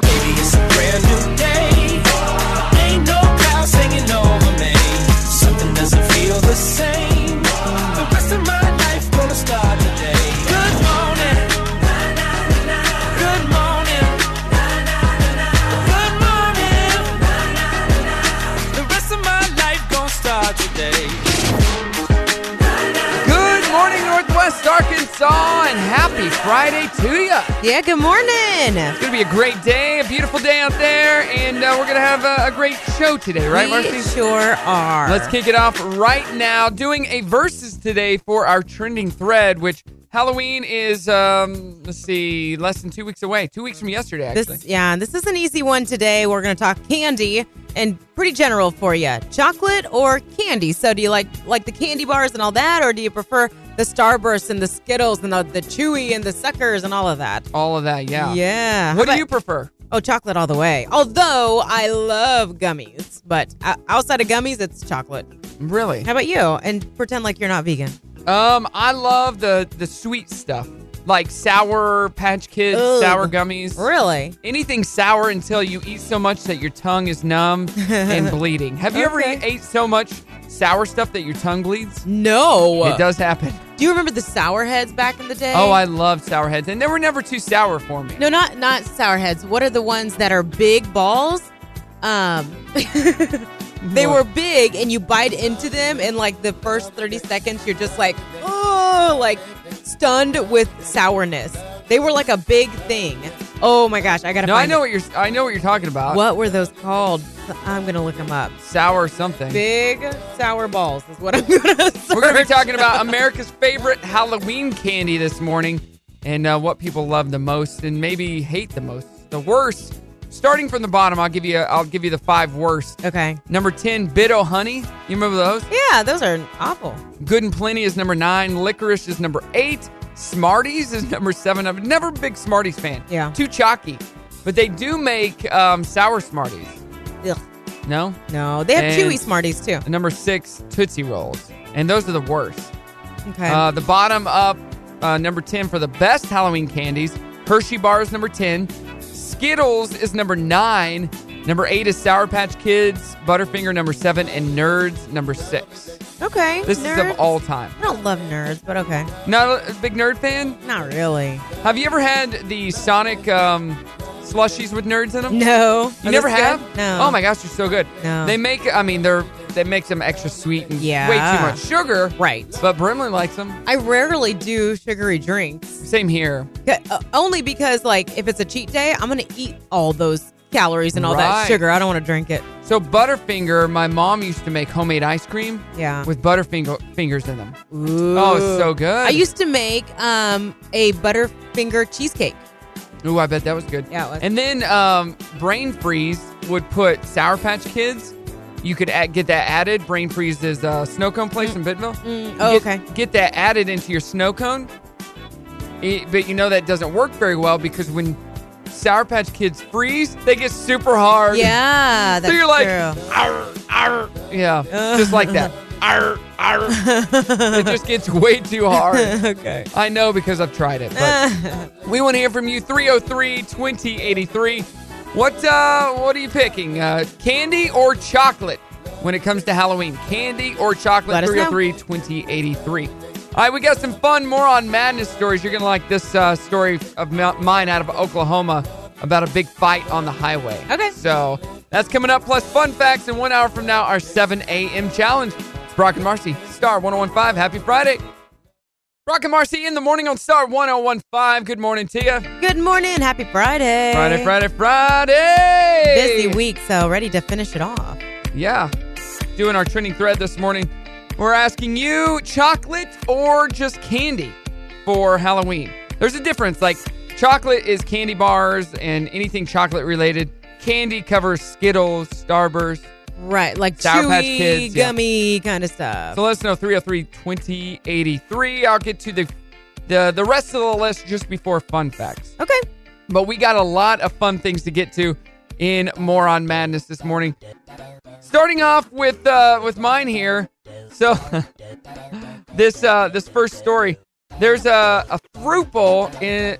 Baby, it's a brand new day. Ain't no clouds hanging over me. Something doesn't feel the same. The rest of my life gonna start today. Good morning. Good morning. Good morning. The rest of my life gonna start today. Good morning, Northwest Arkansas, and happy Friday to ya. Yeah, good morning. It's going to be a great day, a beautiful day out there, and uh, we're going to have a, a great show today, right, we Marcy? sure are. Let's kick it off right now. Doing a versus today for our trending thread, which Halloween is, um, let's see, less than two weeks away. Two weeks from yesterday, actually. This, yeah, this is an easy one today. We're going to talk candy and pretty general for you. Chocolate or candy? So, do you like like the candy bars and all that, or do you prefer the Starburst and the Skittles and the, the Chewy and the Suckers and all of that? All of that, yeah. Yeah. How What do about- you prefer? Oh, chocolate all the way. Although I love gummies, but uh, outside of gummies, it's chocolate. Really? How about you? And pretend like you're not vegan. Um, I love the the sweet stuff, like sour Patch Kids, Ugh. sour gummies. Really? anything sour until you eat so much that your tongue is numb and bleeding. Have you ever Okay. ate so much sour stuff that your tongue bleeds? No. It does happen. Do you remember the sour heads back in the day? Oh, I love sour heads, and they were never too sour for me. No, not not sour heads. What are the ones that are big balls? Um, they What? were big, and you bite into them, and like the first thirty seconds, you're just like, oh, like stunned with sourness. They were like a big thing. Oh my gosh, I gotta. No, I find know it. what you're. I know what you're talking about. What were those called? I'm gonna look them up. Sour something. Big sour balls is what I'm gonna. We're gonna be search. talking about America's favorite Halloween candy this morning, and uh, what people love the most, and maybe hate the most, the worst. Starting from the bottom, I'll give you. I'll give you the five worst. Okay. Number ten, Bitto Honey. You remember those? Yeah, those are awful. Good and Plenty is number nine. Licorice is number eight. Smarties is number seven. I'm never a big Smarties fan. Yeah. Too chalky. But they do make um, sour Smarties. Ugh. No? No, they have And- chewy Smarties too. And number six, Tootsie Rolls. And those are the worst. Okay. Uh, the bottom up, uh, number 10 for the best Halloween candies. Hershey bars, number 10. Skittles is number 9. Number 8 is Sour Patch Kids. Butterfinger, number 7. And Nerds, number 6. okay. This is nerds. of all time. I don't love nerds, but okay. Not a big nerd fan? Not really. Have you ever had the Sonic um, slushies with nerds in them? No. You never have? No. Oh my gosh, they're so good. No. They make, I mean, they're they make them extra sweet and Yeah. way too much sugar. Right. But Brimley likes them. I rarely do sugary drinks. Same here. C- uh, Only because, like, if it's a cheat day, I'm going to eat all those calories and all Right. that sugar. I don't want to drink it. So Butterfinger, my mom used to make homemade ice cream Yeah. with Butterfinger fingers in them. Ooh. Oh, it's so good. I used to make um, a Butterfinger cheesecake. Ooh, I bet that was good. Yeah, it was. And then um, Brain Freeze would put Sour Patch Kids. You could add, get that added. Brain Freeze is uh, Snow Cone Place in Bentonville. Mm. oh, Get- okay. Get that added into your snow cone. It- but you know that doesn't work very well because when Sour Patch Kids freeze, they get super hard. Yeah. That's So you're like, true. "Arr, arr." yeah, just like that. Arr, arr. it just gets way too hard. okay. I know because I've tried it. But Eh. we want to hear from you 303 2083. What uh what are you picking? Uh candy or chocolate when it comes to Halloween? Candy or chocolate Let us know. 303 2083. All right, we got some fun more on madness stories. You're going to like this uh, story of mi- mine out of Oklahoma about a big fight on the highway. Okay. So that's coming up, plus fun facts. And one hour from now, our 7 a.m. challenge. It's Brock and Marcy, Star 1015. Happy Friday. Brock and Marcy in the morning on Star 1015. Good morning to you. Good morning. Happy Friday. Friday, Friday, Friday. Busy week, so ready to finish it off. Yeah. Doing our trending thread this morning. We're asking you chocolate or just candy for Halloween. There's a difference. Like, chocolate is candy bars and anything chocolate related. Candy covers Skittles, Starburst. Right, like Sour Patch chewy, Kids, yeah. gummy kind of stuff. So let us know 303 2083. I'll get to the, the, the rest of the list just before fun facts. okay. But we got a lot of fun things to get to in Moron Madness this morning. Starting off with uh, with mine here. So this uh, this first story, there's a, a fruit bowl in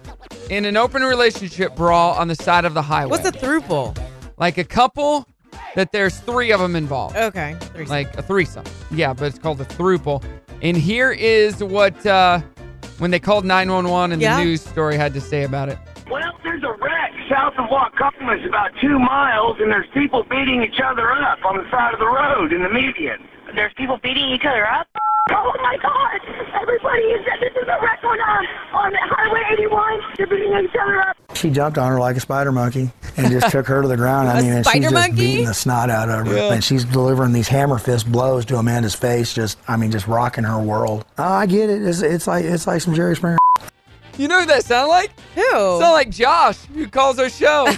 in an open relationship brawl on the side of the highway. What's a thruple? like a couple that there's three of them involved, Okay. threesome. like a threesome. Yeah, but it's called a thruple. And here is what uh, when they called 911 and Yeah. the news story had to say about it. Well, there's a wreck south of Wacomas, about two miles, and there's people beating each other up on the side of the road in the median. There's people beating each other up. Oh my God! Everybody is this is a wreck on uh, on Highway 81. They're beating each other up. She jumped on her like a spider monkey and just took her to the ground. I A mean, and she's spider just monkey? beating the snot out of her. And she's delivering these hammer fist blows to Amanda's face, just, I mean, just rocking her world. Oh, I get it. It's, it's like it's like some Jerry Springer. You know who that sound like? Who? Sound like Josh, who calls our show.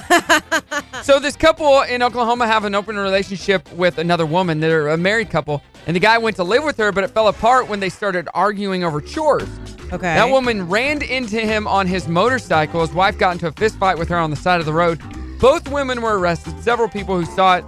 so this couple in Oklahoma have an open relationship with another woman. They're a married couple, and the guy went to live with her, but it fell apart when they started arguing over chores. okay. That woman ran into him on his motorcycle. His wife got into a fist fight with her on the side of the road. Both women were arrested. Several people who saw it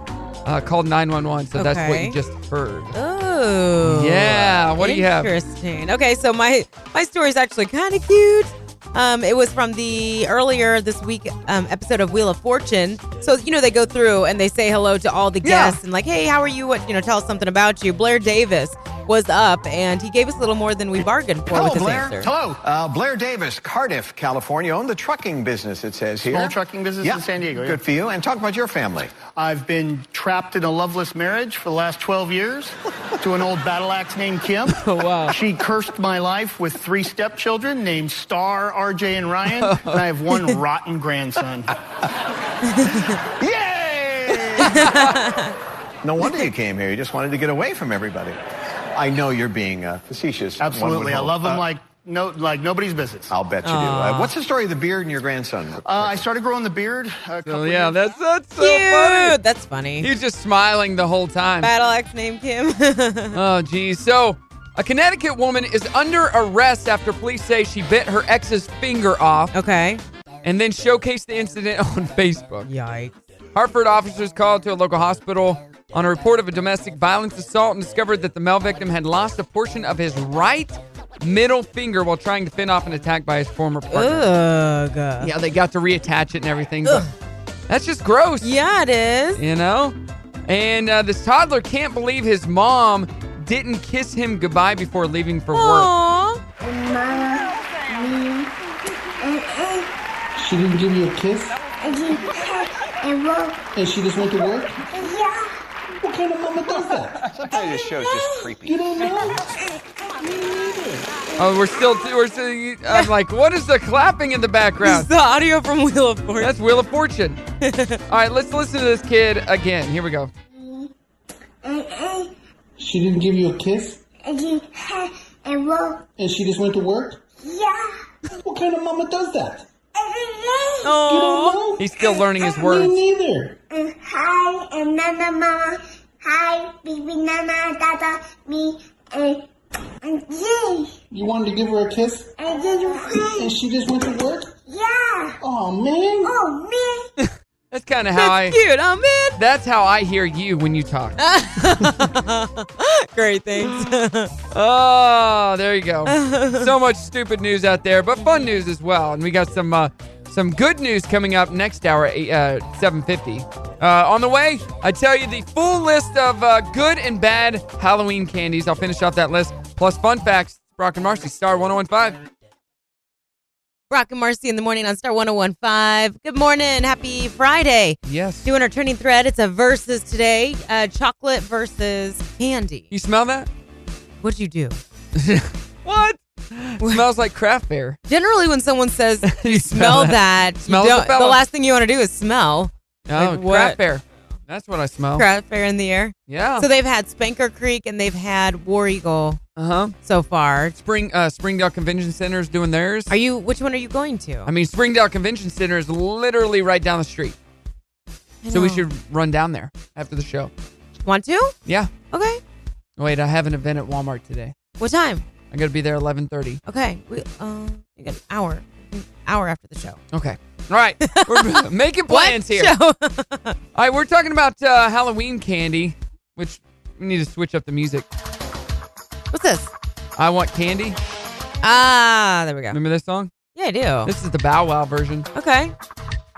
uh, called 911. So that's what Okay. you just heard. Oh. Yeah, what do you have? Interesting. Okay, so my my story is actually kind of cute. Um, it was from the earlier this week um, episode of Wheel of Fortune. So you know they go through and they say hello to all the Yeah. guests and like, hey, how are you? What you know? Tell us something about you. Blair Davis was up and he gave us a little more than we bargained for with his answer. Hello, uh, Blair Davis, Cardiff, California, owned the trucking business. It says here. Small trucking business in San Diego, yeah. Good for you. And talk about your family. I've been trapped in a loveless marriage for the last 12 years to an old battle axe named Kim. wow. She cursed my life with three stepchildren named Star, RJ, and Ryan. And I have one rotten grandson. Yay! no wonder you came here. You just wanted to get away from everybody. I know you're being uh, facetious. one would Absolutely. I hope. love them Uh, like, no, like nobody's business. Uh, I'll bet you do. Uh, what's the story of the beard and your grandson? I started growing the beard. A couple So, yeah, years that's, that's so funny. Cute. That's He funny. was just smiling the whole time. Battle axe named Kim. Oh, geez. So, a Connecticut woman is under arrest after police say she bit her ex's finger off okay. and then showcased the incident on Facebook. Yikes. Hartford officers called to a local hospital on a report of a domestic violence assault and discovered that the male victim had lost a portion of his right middle finger while trying to fend off an attack by his former partner. Ugh. Yeah, they got to reattach it and everything. But that's just gross, Yeah, it is. you know? And uh, this toddler can't believe his mom didn't kiss him goodbye before leaving for work. Aw. Mama, me, and and She didn't give you a kiss? and you and well, And she just went to work? yeah. What kind of mama does that? Sometimes this show's just creepy. You don't know? Oh, we're still, we're still, I'm like, what is the clapping in the This background? is the audio from Wheel of Fortune. That's Wheel of Fortune. All right, let's listen to this kid again. Here we go. And and She didn't give you a kiss? and you and well, And she just went to work? yeah. What kind of mama does that? And You Aw. don't know? He's still learning his Me words. neither. and hi and Nana Mama, hi baby Nana Dada, me and and you You wanted to give her a kiss? and you And she just went to work? yeah. Oh man. Oh man. That's kind of how I. That's cute. Oh man. That's how I hear you when you talk. Great, thanks. Oh, there you go. so much stupid news out there, but fun news as well. And we got some uh, some good news coming up next hour, eight- uh, seven fifty. Uh, on the way, I tell you the full list of uh, good and bad Halloween candies. I'll finish off that list plus fun facts. Brock and Marcy, Star 1015. Brock and Marcy in the morning on Star 1015. Good morning. Happy Friday. Yes. Doing our trending thread. It's a versus today. Uh, chocolate versus You candy. smell that? What'd you do? What? Smells like craft fair. Generally, when someone says You smell that, you Smells the don't- fellow. the last thing you want to do is smell. Oh, Like what? craft fair. That's what I smell. Craft fair in the air. Yeah. So they've had Spanker Creek and they've had War Eagle uh huh. so far. Spring uh, Springdale Convention Center is doing theirs. Are you? Which one are you going to? I mean, Springdale Convention Center is literally right down the street, I so we know. should run down there after the show. want to. Yeah. Okay. Wait, I have an event at Walmart today. What time? I got to be there eleven thirty. Okay. We um, you got an hour. hour after the show. Okay. All right, we're making plans here. All right, we're talking about uh, Halloween candy, which we need to switch up the music. What's this? I want candy. Ah, there we go. Remember this song? Yeah, I do. This is the Bow Wow version. okay.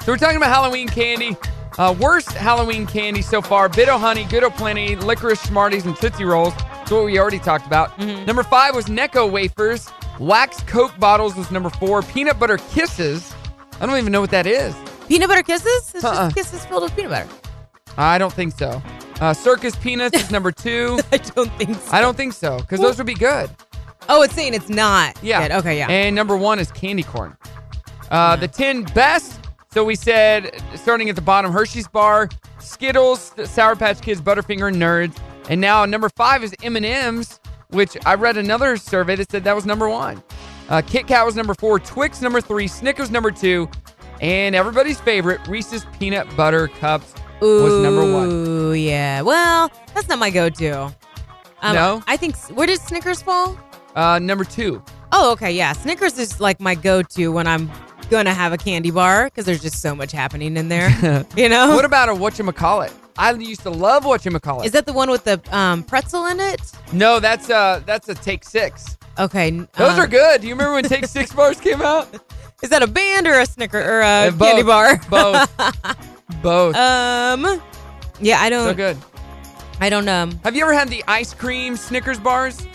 So we're talking about Halloween candy. Uh, worst Halloween candy so far: Bit o' Honey, Good o' Plenty, Licorice Smarties, and Tootsie Rolls. That's what we already talked about. Number five was Necco wafers. Wax Coke bottles was number four. Peanut butter kisses. I don't even know what that is. Peanut butter kisses? It's Uh-uh. just kisses filled with peanut butter. I don't think so. Uh, circus peanuts is number two. I don't think so. I don't think so because those would be good. Oh, it's saying it's not. Yeah. good. Okay, yeah. And number one is candy corn. Uh, the 10 best. So we said, starting at the bottom, Hershey's Bar, Skittles, Sour Patch Kids, Butterfinger, Nerds. And now number five is M&M's, which I read another survey that said that was number one. Uh, Kit Kat was number four, Twix number three, Snickers number two, and everybody's favorite, Reese's Peanut Butter Cups was number one. Ooh, yeah. Well, that's not my go-to. Um, No? I think. Where did Snickers fall? Uh, number two, Oh, okay, yeah. Snickers is like my go-to when I'm gonna have a candy bar because there's just so much happening in there. you know. what about a whatchamacallit? I used to love whatchamacallit. is that the one with the um, pretzel in it? no, that's uh, that's a take six. Okay. Those um, are good. Do you remember when Take Six bars came out? Is that a band or a Snicker or a Uh, both. candy bar? Both. Both. um. Yeah, I don't. so good. I don't. Um. Have you ever had the ice cream Snickers bars?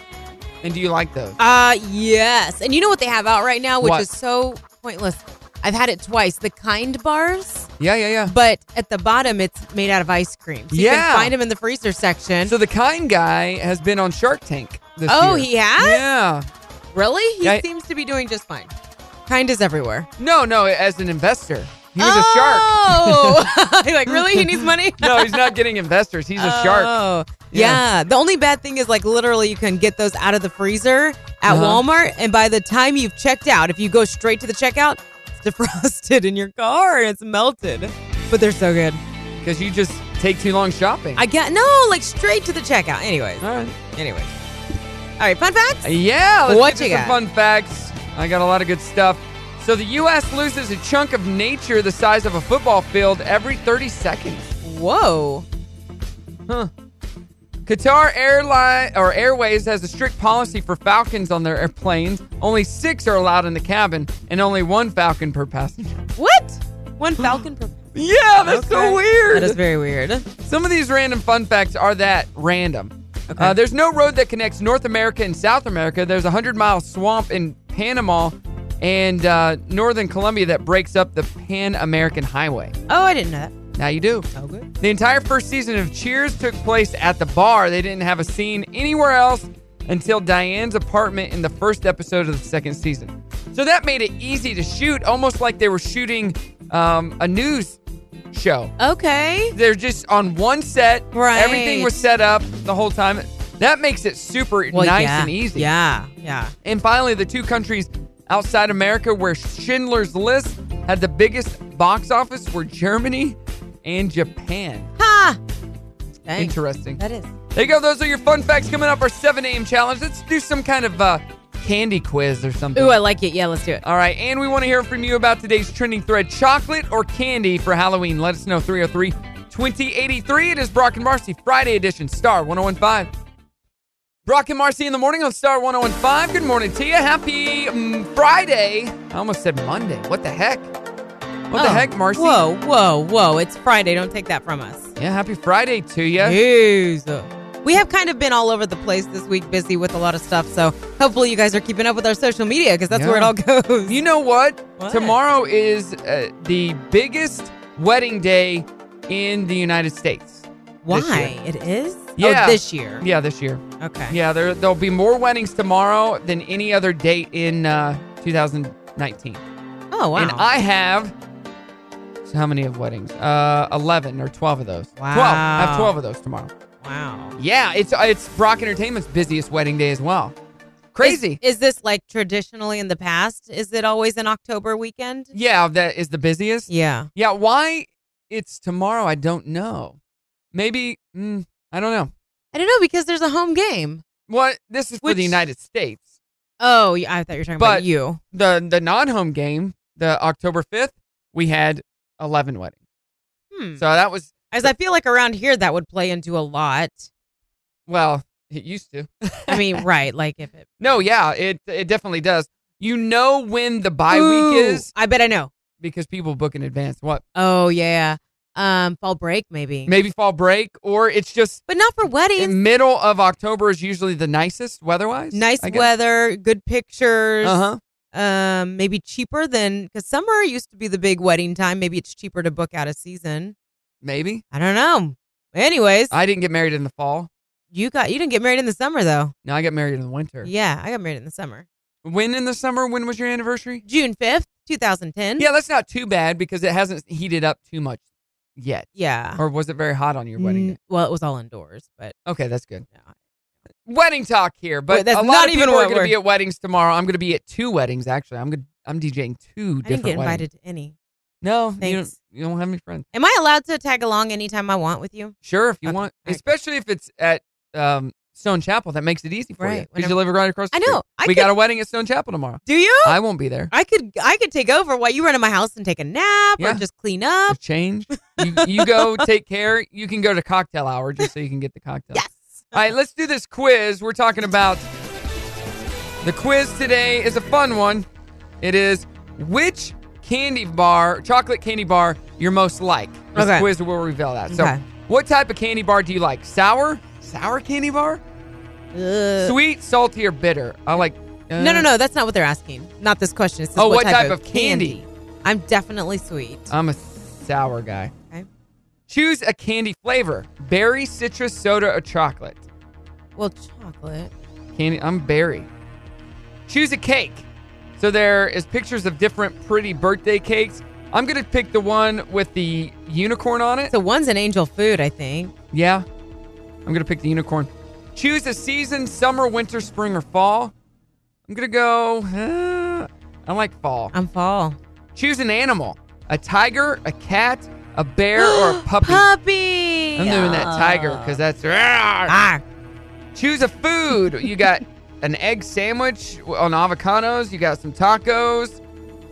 And do you like those? Uh yes. And you know what they have out right now, which What? is so pointless. I've had it twice. The kind bars, Yeah, yeah, yeah. but at the bottom it's made out of ice cream. So you Yeah. can find them in the freezer section. So the kind guy has been on Shark Tank this Oh, year. he has? Yeah. really? He Yeah, I- seems to be doing just fine. Kind is everywhere. No, no, as an investor. He was oh! You're like, really? He needs money? a shark. No, he's not getting investors. He's a shark. Oh. Yeah. Yeah. The only bad thing is like literally you can get those out of the freezer at Uh-huh. Walmart and by the time you've checked out, if you go straight to the checkout, it's defrosted in your car and it's melted. But they're so good. Because you just take too long shopping. I get no, like straight to the checkout. Anyways. All right. Anyways. All right, fun facts? Yeah, let's What get you to some got? fun facts. I got a lot of good stuff. So the U.S. loses a chunk of nature the size of a football field every 30 seconds. Whoa. Qatar Airline or Airways has a strict policy for falcons on their airplanes. Only six are allowed in the cabin, and only one falcon per passenger. What? One falcon per Yeah, that's so Okay. weird. That is very weird. Some of these random fun facts are that random. Okay. Uh, there's no road that connects North America and South America. There's a 100 mile swamp in Panama and uh, northern Colombia that breaks up the Pan American Highway. Oh, I didn't know that. Now you do. Oh good. The entire first season of Cheers took place at the bar. They didn't have a scene anywhere else until Diane's apartment in the first episode of the second season. So that made it easy to shoot, almost like they were shooting um, a news show. Okay. They're just on one set. Right. Everything was set up the whole time. That makes it super Well, nice yeah. and easy. Yeah. Yeah. And finally, the two countries outside America where Schindler's List had the biggest box office were Germany and Japan. Ha. Dang. Interesting. That is. There you go. Those are your fun facts coming up. Our 7 a.m. challenge. Let's do some kind of uh, candy quiz or something. Ooh, I like it. Yeah, let's do it. All right. And we want to hear from you about today's trending thread chocolate or candy for Halloween. Let us know 303 2083. It is Brock and Marcy, Friday edition, Star 1015. Brock and Marcy in the morning on Star 1015. Good morning to you. Happy mm, Friday. I almost said Monday. What the heck? What the Oh, heck, Marcy? Whoa, whoa, whoa. It's Friday. Don't take that from us. Yeah, happy Friday to you. Jesus. We have kind of been all over the place this week, busy with a lot of stuff. So hopefully you guys are keeping up with our social media because that's Yeah. where it all goes. You know what? What? Tomorrow is uh, the biggest wedding day in the United States. Why? It is? Yeah. Oh, this year. Yeah, this year. Okay. Yeah, there there'll be more weddings tomorrow than any other date in uh, 2019. Oh, wow. And I have so how many of weddings? Uh, 11 or 12 of those. 12. I have Wow. 12 of those tomorrow. wow. Yeah, it's uh, it's Brock Entertainment's busiest wedding day as well. Crazy. Is, is this like traditionally in the past? Is it always an October weekend? yeah, that is the busiest. Yeah. Yeah, why it's tomorrow, I don't know. Maybe, mm, I don't know. I don't know because there's a home game. What? This is for Which- the United States. Oh, yeah, I thought you were talking about But you. the the non home game, the October fifth, we had eleven weddings. Hmm. So that was As I feel like around here that would play into a lot. well, it used to. I mean, right? Like if it No, yeah, it it definitely does. You know when the bye week Ooh, is I bet I know. because people book in advance. What? Oh yeah, um, fall break maybe, Maybe fall break or it's just but not for weddings. in middle of October is usually the nicest weather-wise. nice weather, good pictures. Uh-huh. Um, maybe cheaper than because summer used to be the big wedding time. Maybe it's cheaper to book out a season. Maybe. I don't know. Anyways, I didn't get married in the fall. you got you didn't get married in the summer though. No, I got married in the winter. Yeah, I got married in the summer, When in the summer? When was your anniversary? June fifth, two thousand ten. Yeah, that's not too bad because it hasn't heated up too much yet. yeah. Or was it very hot on your wedding Ah. N- day? Well, it was all indoors, but Okay, that's good. Yeah. Wedding talk here, but Wait, that's a lot not of even people are what going to we're- be at weddings tomorrow. I'm going to be at two weddings actually. I'm going to I'm DJing two I different didn't get weddings. invited to any. No, you don't, Thanks. you don't have any friends. Am I allowed to tag along anytime I want with you? Sure, if you Okay, want, all right. especially if it's at um, Stone Chapel, that makes it easy for you Right, because you live right across. The I know, street. I we got could- Oh! a wedding at Stone Chapel tomorrow. Do you? I won't be there. I could I could take over while you run to my house and take a nap Yeah. or just clean up. I've changed. You, you go take care. You can go to cocktail hour just so you can get the cocktail. Yes. All right, let's do this quiz. We're talking about the quiz today is a fun one. It is which candy bar, chocolate candy bar, you're most like. This Okay. quiz will reveal that. So, Okay. what type of candy bar do you like? Sour? Sour candy bar? Ugh. Sweet, salty, or bitter? I like. uh, No, no, no. That's not what they're asking. Not this question. It's Oh, what type of candy? Uh. I'm definitely sweet. I'm a sour guy. Okay. Choose a candy flavor: berry, citrus, soda, or chocolate. Well, chocolate. Candy. I'm berry. Choose a cake. So there is pictures of different pretty birthday cakes. I'm gonna pick the one with the unicorn on it. So one's an angel food, I think. yeah, I'm gonna pick the unicorn. Choose a season: summer, winter, spring, or fall. I'm gonna go. uh, I like fall. I'm fall. Choose an animal: a tiger, a cat, a bear, or a puppy. Puppy. I'm doing that tiger because that's. Ah. Choose a food. You got an egg sandwich on avocados. You got some tacos.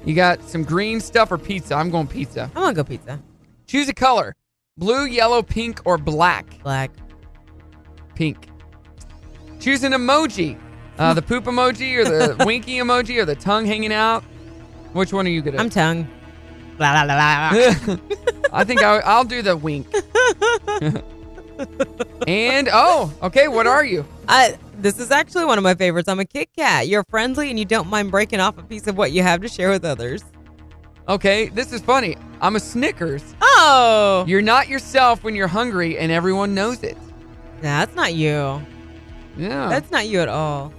You got some green stuff or pizza. I'm going pizza. I'm gonna go pizza. Choose a color blue, yellow, pink, or black. Black. Pink. Choose an emoji uh, the poop emoji or the winky emoji or the tongue hanging out. Which one are you going to? I'm tongue. Blah, blah, blah, blah. I think I, I'll do the wink. and oh, okay. What are you? I, this is actually one of my favorites. I'm a Kit Kat. You're friendly and you don't mind breaking off a piece of what you have to share with others. Okay, this is funny. I'm a Snickers. Oh, You're not yourself when you're hungry, and everyone knows it. nah, that's not you. Yeah. That's not you at all.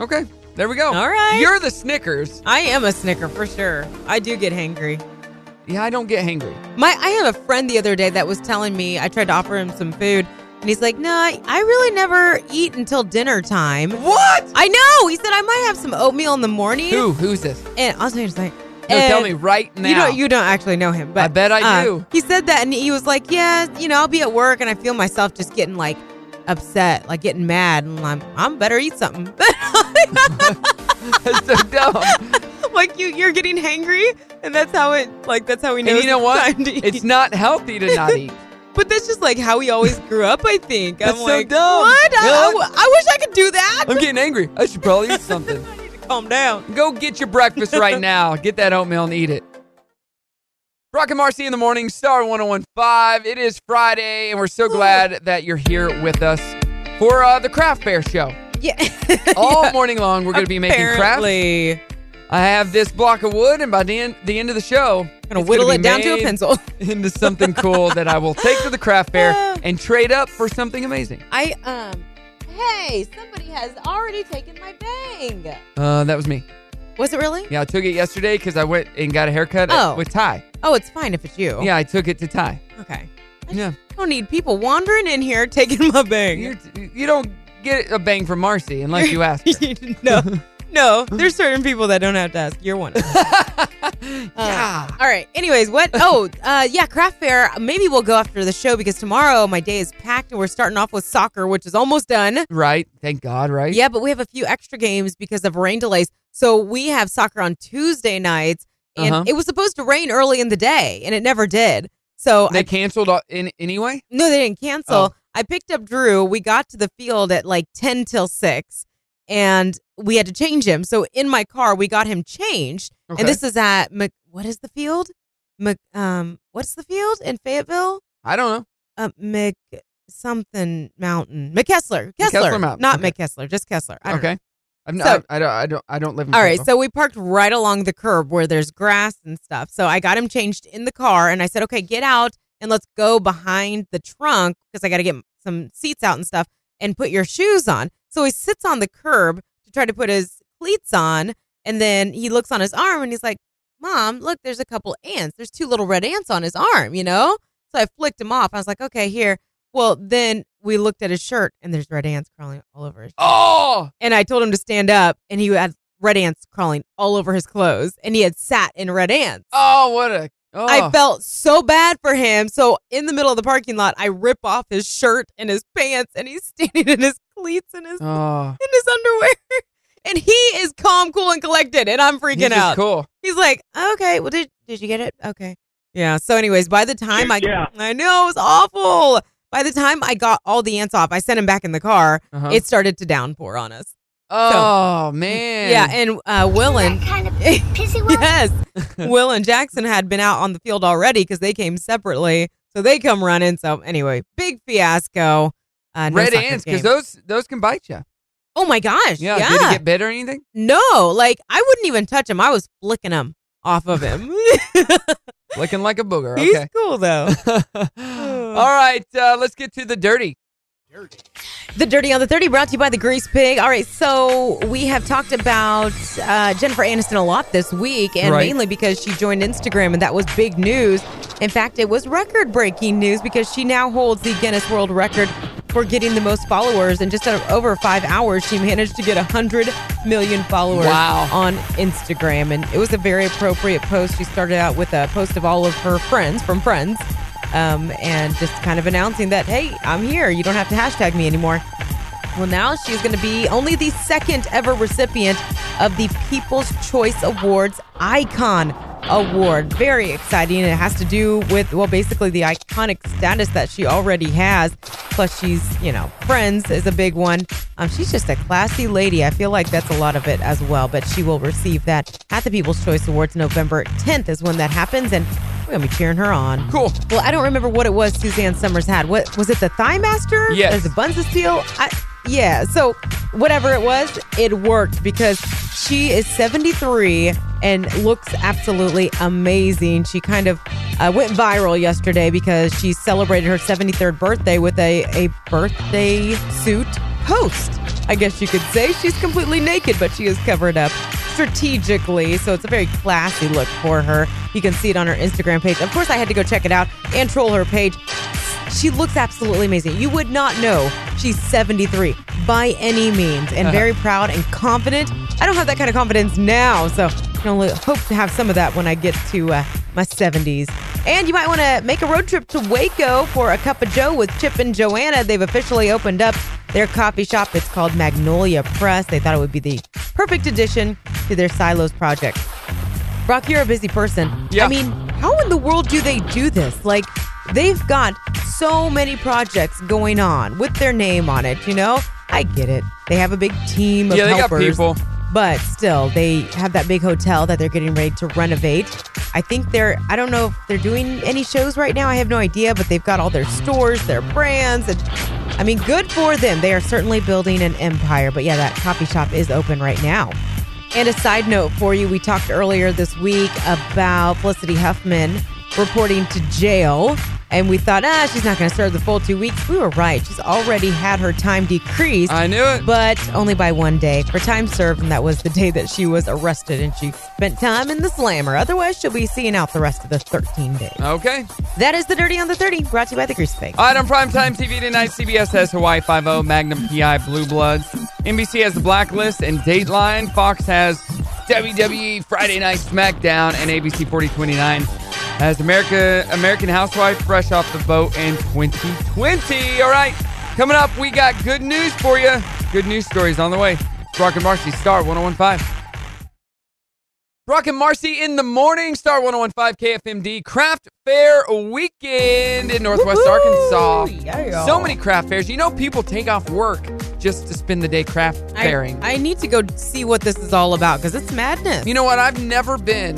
okay. There we go. All right. You're the Snickers. I am a snicker for sure. I do get hangry. Yeah, I don't get hangry. My, I have a friend the other day that was telling me I tried to offer him some food, and he's like, "No, I, I really never eat until dinner time." What? I know. He said I might have some oatmeal in the morning. Who? Who's this? And I was just like, No, and- tell me right now. Uh, Eh, You don't. You don't actually know him, but um, I bet I do. He said that, and he was like, "Yeah, you know, I'll be at work, and I feel myself just getting like upset, like getting mad, and I'm, I'm better eat something." That's so dumb. like you, you're getting hangry, and that's how it. Like that's how we know. and you it's know what? time to eat. It's not healthy to not eat. But that's just like how we always grew up. I think. That's I'm so like, dumb. What? I- I, Yeah. w- I wish I could do that. I'm getting angry. I should probably eat something. Calm down. Go get your breakfast right now. Get that oatmeal and eat it. Brock and Marcy in the morning, Star 1015. It is Friday, and we're so glad that you're here with us for uh, the Craft Bear Show. Yeah. All morning long, we're going to be making crafts. Apparently. I have this block of wood, and by the end, the end of the show, Gonna it's whittle be it down to a made pencil. into something cool that I will take to the craft fair Ah. and trade up for something amazing. I um. Hey, somebody has already taken my bang. Uh, that was me. Was it really? Yeah, I took it yesterday because I went and got a haircut at- Oh. with Ty. Oh, it's fine if it's you. Yeah, I took it to Ty. Okay. Yeah, I don't need people wandering in here taking my bang. You're, you don't get a bang from Marcy unless you ask. Her. no, no. There's certain people that don't have to ask. You're one. of them. yeah. All right. Anyways, what? Oh, uh, yeah, craft fair. Maybe we'll go after the show because tomorrow my day is packed and we're starting off with soccer, which is almost done. Right. Thank God, right? Yeah, but we have a few extra games because of rain delays. So we have soccer on Tuesday nights, and Uh-huh. it was supposed to rain early in the day, and it never did. So They I, canceled uh, in anyway? no, they didn't cancel. Oh. I picked up Drew. We got to the field at like 10 till 6, and we had to change him. So in my car, we got him changed. Okay. And this is at, Mc, what is the field? Mc, um, what's the field in Fayetteville? I don't know. uh, Mc something mountain. McKessler. Kessler. McKessler Mountain. Not Okay. McKessler, just Kessler. I don't know. Okay. I'm, So- I, I don't. I don't. I don't live. In All right. Fayetteville. So we parked right along the curb where there's grass and stuff. So I got him changed in the car and I said, okay, get out and let's go behind the trunk because I got to get some seats out and stuff and put your shoes on. So he sits on the curb to try to put his cleats on. And then he looks on his arm and he's like, Mom, look, there's a couple ants. There's two little red ants on his arm, you know? So I flicked him off. I was like, okay, here. Well, then we looked at his shirt and there's red ants crawling all over his Oh, and I told him to stand up, and he had red ants crawling all over his clothes, and he had sat in red ants. oh, what a. Oh. I felt so bad for him. So in the middle of the parking lot, I rip off his shirt and his pants, and he's standing in his cleats and his Oh, in his underwear, and he is calm, cool, and collected, and I'm freaking he's just out. Cool. He's like, okay, well, did did you get it? Okay. Yeah. So, anyways, by the time I Yeah. I know it was awful. By the time I got all the ants off, I sent him back in the car. Uh-huh. It started to downpour on us. Oh man. mm, Yeah, and uh, Will and kind of pissy one. yes, Will and Jackson had been out on the field already because they came separately, so they come running. So anyway, big fiasco. Uh, no Red soccer ants, game. because those those can bite you. oh my gosh, Yeah. yeah, Did it get bit or anything? no, like I wouldn't even touch him. I was flicking him off of him. Looking like a booger. He's Okay. cool though. All right. Uh, let's get to the dirty. The Dirty on the 30 brought to you by the Grease Pig. All right, so we have talked about uh, Jennifer Aniston a lot this week, and Right. mainly because she joined Instagram, and that was big news. In fact, it was record breaking news because she now holds the Guinness World Record for getting the most followers. In just uh, over five hours, she managed to get 100 million followers Wow. on Instagram. And it was a very appropriate post. She started out with a post of all of her friends from Friends um, and just kind of announcing that, hey, I'm here. You don't have to hashtag me anymore. Well, now she's going to be only the second ever recipient of the People's Choice Awards Icon Award. Very exciting. It has to do with, well, basically the iconic status that she already has. Plus, she's, you know, friends is a big one. Um, she's just a classy lady. I feel like that's a lot of it as well. But she will receive that at the People's Choice Awards November 10th is when that happens. And we're going to be cheering her on. Cool. Well, I don't remember what it was Suzanne Summers had. What was it? The Thigh Master? Yes. There's a buns of steel. I, yeah. So whatever it was, it worked because she is 73 and looks absolutely amazing. She kind of uh, went viral yesterday because she celebrated her 73rd birthday with a, a birthday suit post. I guess you could say she's completely naked, but she is covered up strategically. So it's a very classy look for her. You can see it on her Instagram page. Of course, I had to go check it out and troll her page. She looks absolutely amazing. You would not know she's 73 by any means and very proud and confident. I don't have that kind of confidence now, so I can only hope to have some of that when I get to uh, my 70s. And you might want to make a road trip to Waco for a cup of Joe with Chip and Joanna. They've officially opened up their coffee shop. It's called Magnolia Press. They thought it would be the perfect addition to their Silos project. Brock, you're a busy person. Yeah. I mean, how in the world do they do this? Like, they've got so many projects going on with their name on it, you know? I get it. They have a big team of Yeah, they got helpers. people. But still, they have that big hotel that they're getting ready to renovate. I think they're, I don't know if they're doing any shows right now. I have no idea, but they've got all their stores, their brands. And I mean, good for them. They are certainly building an empire. But yeah, that coffee shop is open right now. And a side note for you, we talked earlier this week about Felicity Huffman reporting to jail. And we thought, ah, she's not going to serve the full two weeks. We were right. She's already had her time decreased I knew it. but only by one day for time served, and that was the day that she was arrested and she spent time in the slammer. Otherwise, she'll be seeing out the rest of the 13 days. Okay. That is the Dirty on the 30, brought to you by the Grease Pig. All right, on primetime TV tonight, CBS has Hawaii Five-O, Magnum PI, Blue Bloods. NBC has The Blacklist and Dateline. Fox has WWE Friday Night SmackDown and ABC 4029 as America American Housewife fresh off the boat in 2020. All right, coming up, we got good news for you. Good news stories on the way. Brock and Marcy, Star 1015. Brock and Marcy in the morning, Star 1015 KFMD Craft Fair Weekend in Northwest Arkansas. So many craft fairs. You know, people take off work just to spend the day craft I- fairing. I, need to go see what this is all about because it's madness. You know what? I've never been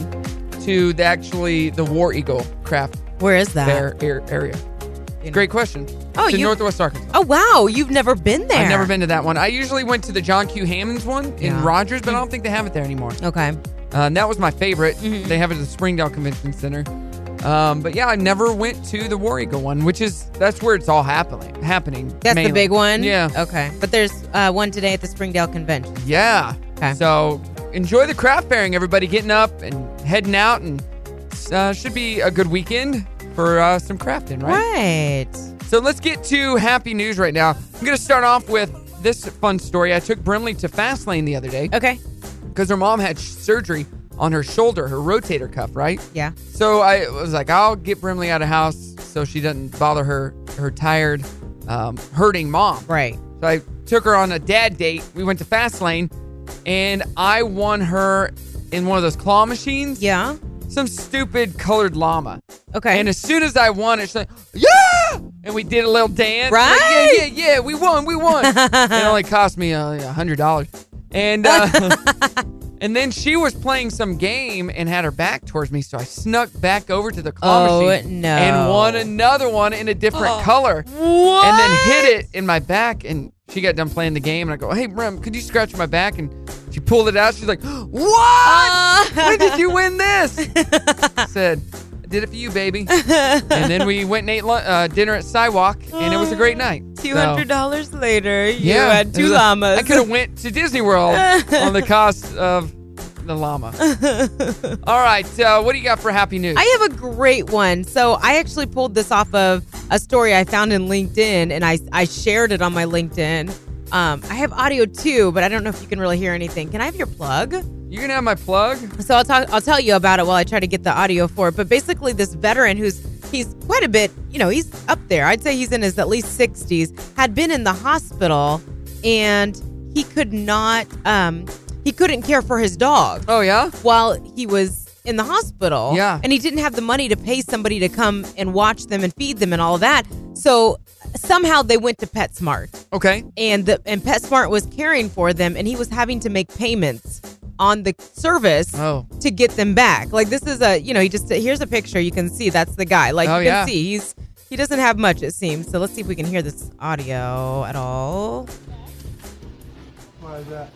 to the actually the War Eagle craft. Where is that? Fair air, area. Great question. Ah. Oh, It's in you- Northwest Arkansas. Oh wow, you've never been there. I've never been to that one. I usually went to the John Q. Hammonds one in Yeah. Rogers, but I don't think they have it there anymore. Okay. Uh, and that was my favorite. Mm-hmm. They have it at the Springdale Convention Center. Um, but yeah, I never went to the War Eagle one, which is that's where it's all happening. Happening. That's mainly. the big one. Oh. Yeah. Okay. But there's uh, one today at the Springdale Convention. Yeah. So enjoy the craft fairing, everybody. Getting up and heading out, and uh, should be a good weekend for uh, some crafting, right? Right. So let's get to happy news right now. I'm going to start off with this fun story. I took Brimley to Fastlane the other day. Okay. Because her mom had sh- surgery on her shoulder, her rotator cuff, right? Yeah. So I was like, I'll get Brimley out of house so she doesn't bother her her tired, um, hurting mom. Right. So I took her on a dad date. We went to Fastlane, and I won her in one of those claw machines. Yeah. Some stupid colored llama. Okay. And as soon as I won it, she's like, yeah! And we did a little dance. Like, Right? yeah, yeah, yeah. We won. We won. it only cost me uh, a hundred dollars. And uh, and then she was playing some game and had her back towards me, so I snuck back over to the claw Oh, machine no. Oh, and won another one in a different color. What? And then hit it in my back, and she got done playing the game, and I go, "Hey, Brim, could you scratch my back?" And she pulled it out. She's like, Uh. "What? when did you win this?" I said, "I did it for you, baby." and then we went and ate lun- uh, dinner at Sidewalk, and it was a great night. So- Uh, Two hundred dollars later, you had it two was a- llamas. I could have went to Disney World on the cost of the llama. All right, uh, what do you got for happy news? I have a great one. So I actually pulled this off of a story I found in LinkedIn, and I I shared it on my LinkedIn. Um, I have audio too, but I don't know if you can really hear anything. Can I have your plug? you gonna have my plug? So I'll talk. I'll tell you about it while I try to get the audio for it. But basically, this veteran who's he's quite a bit, you know, he's up there. I'd say he's in his at least sixties. Had been in the hospital, and he could not. Um, he couldn't care for his dog Oh yeah, while he was in the hospital. Yeah. And he didn't have the money to pay somebody to come and watch them and feed them and all that. So somehow they went to PetSmart okay. and the and PetSmart was caring for them and he was having to make payments on the service Oh. to get them back. Like this is a, you know, he just here's a picture you can see that's the guy. Like Oh, you yeah. can see he's he doesn't have much it seems. So let's see if we can hear this audio at all. Why is that?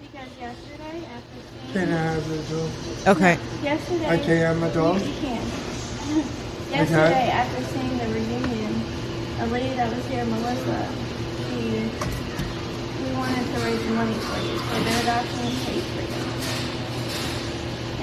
Because yesterday, after seeing Can I have your dog? Okay. yesterday, I can have my dog? You can. yesterday, after seeing the reunion, a lady that was here, Melissa, she, we wanted to raise the money for you for their adoption and case for you.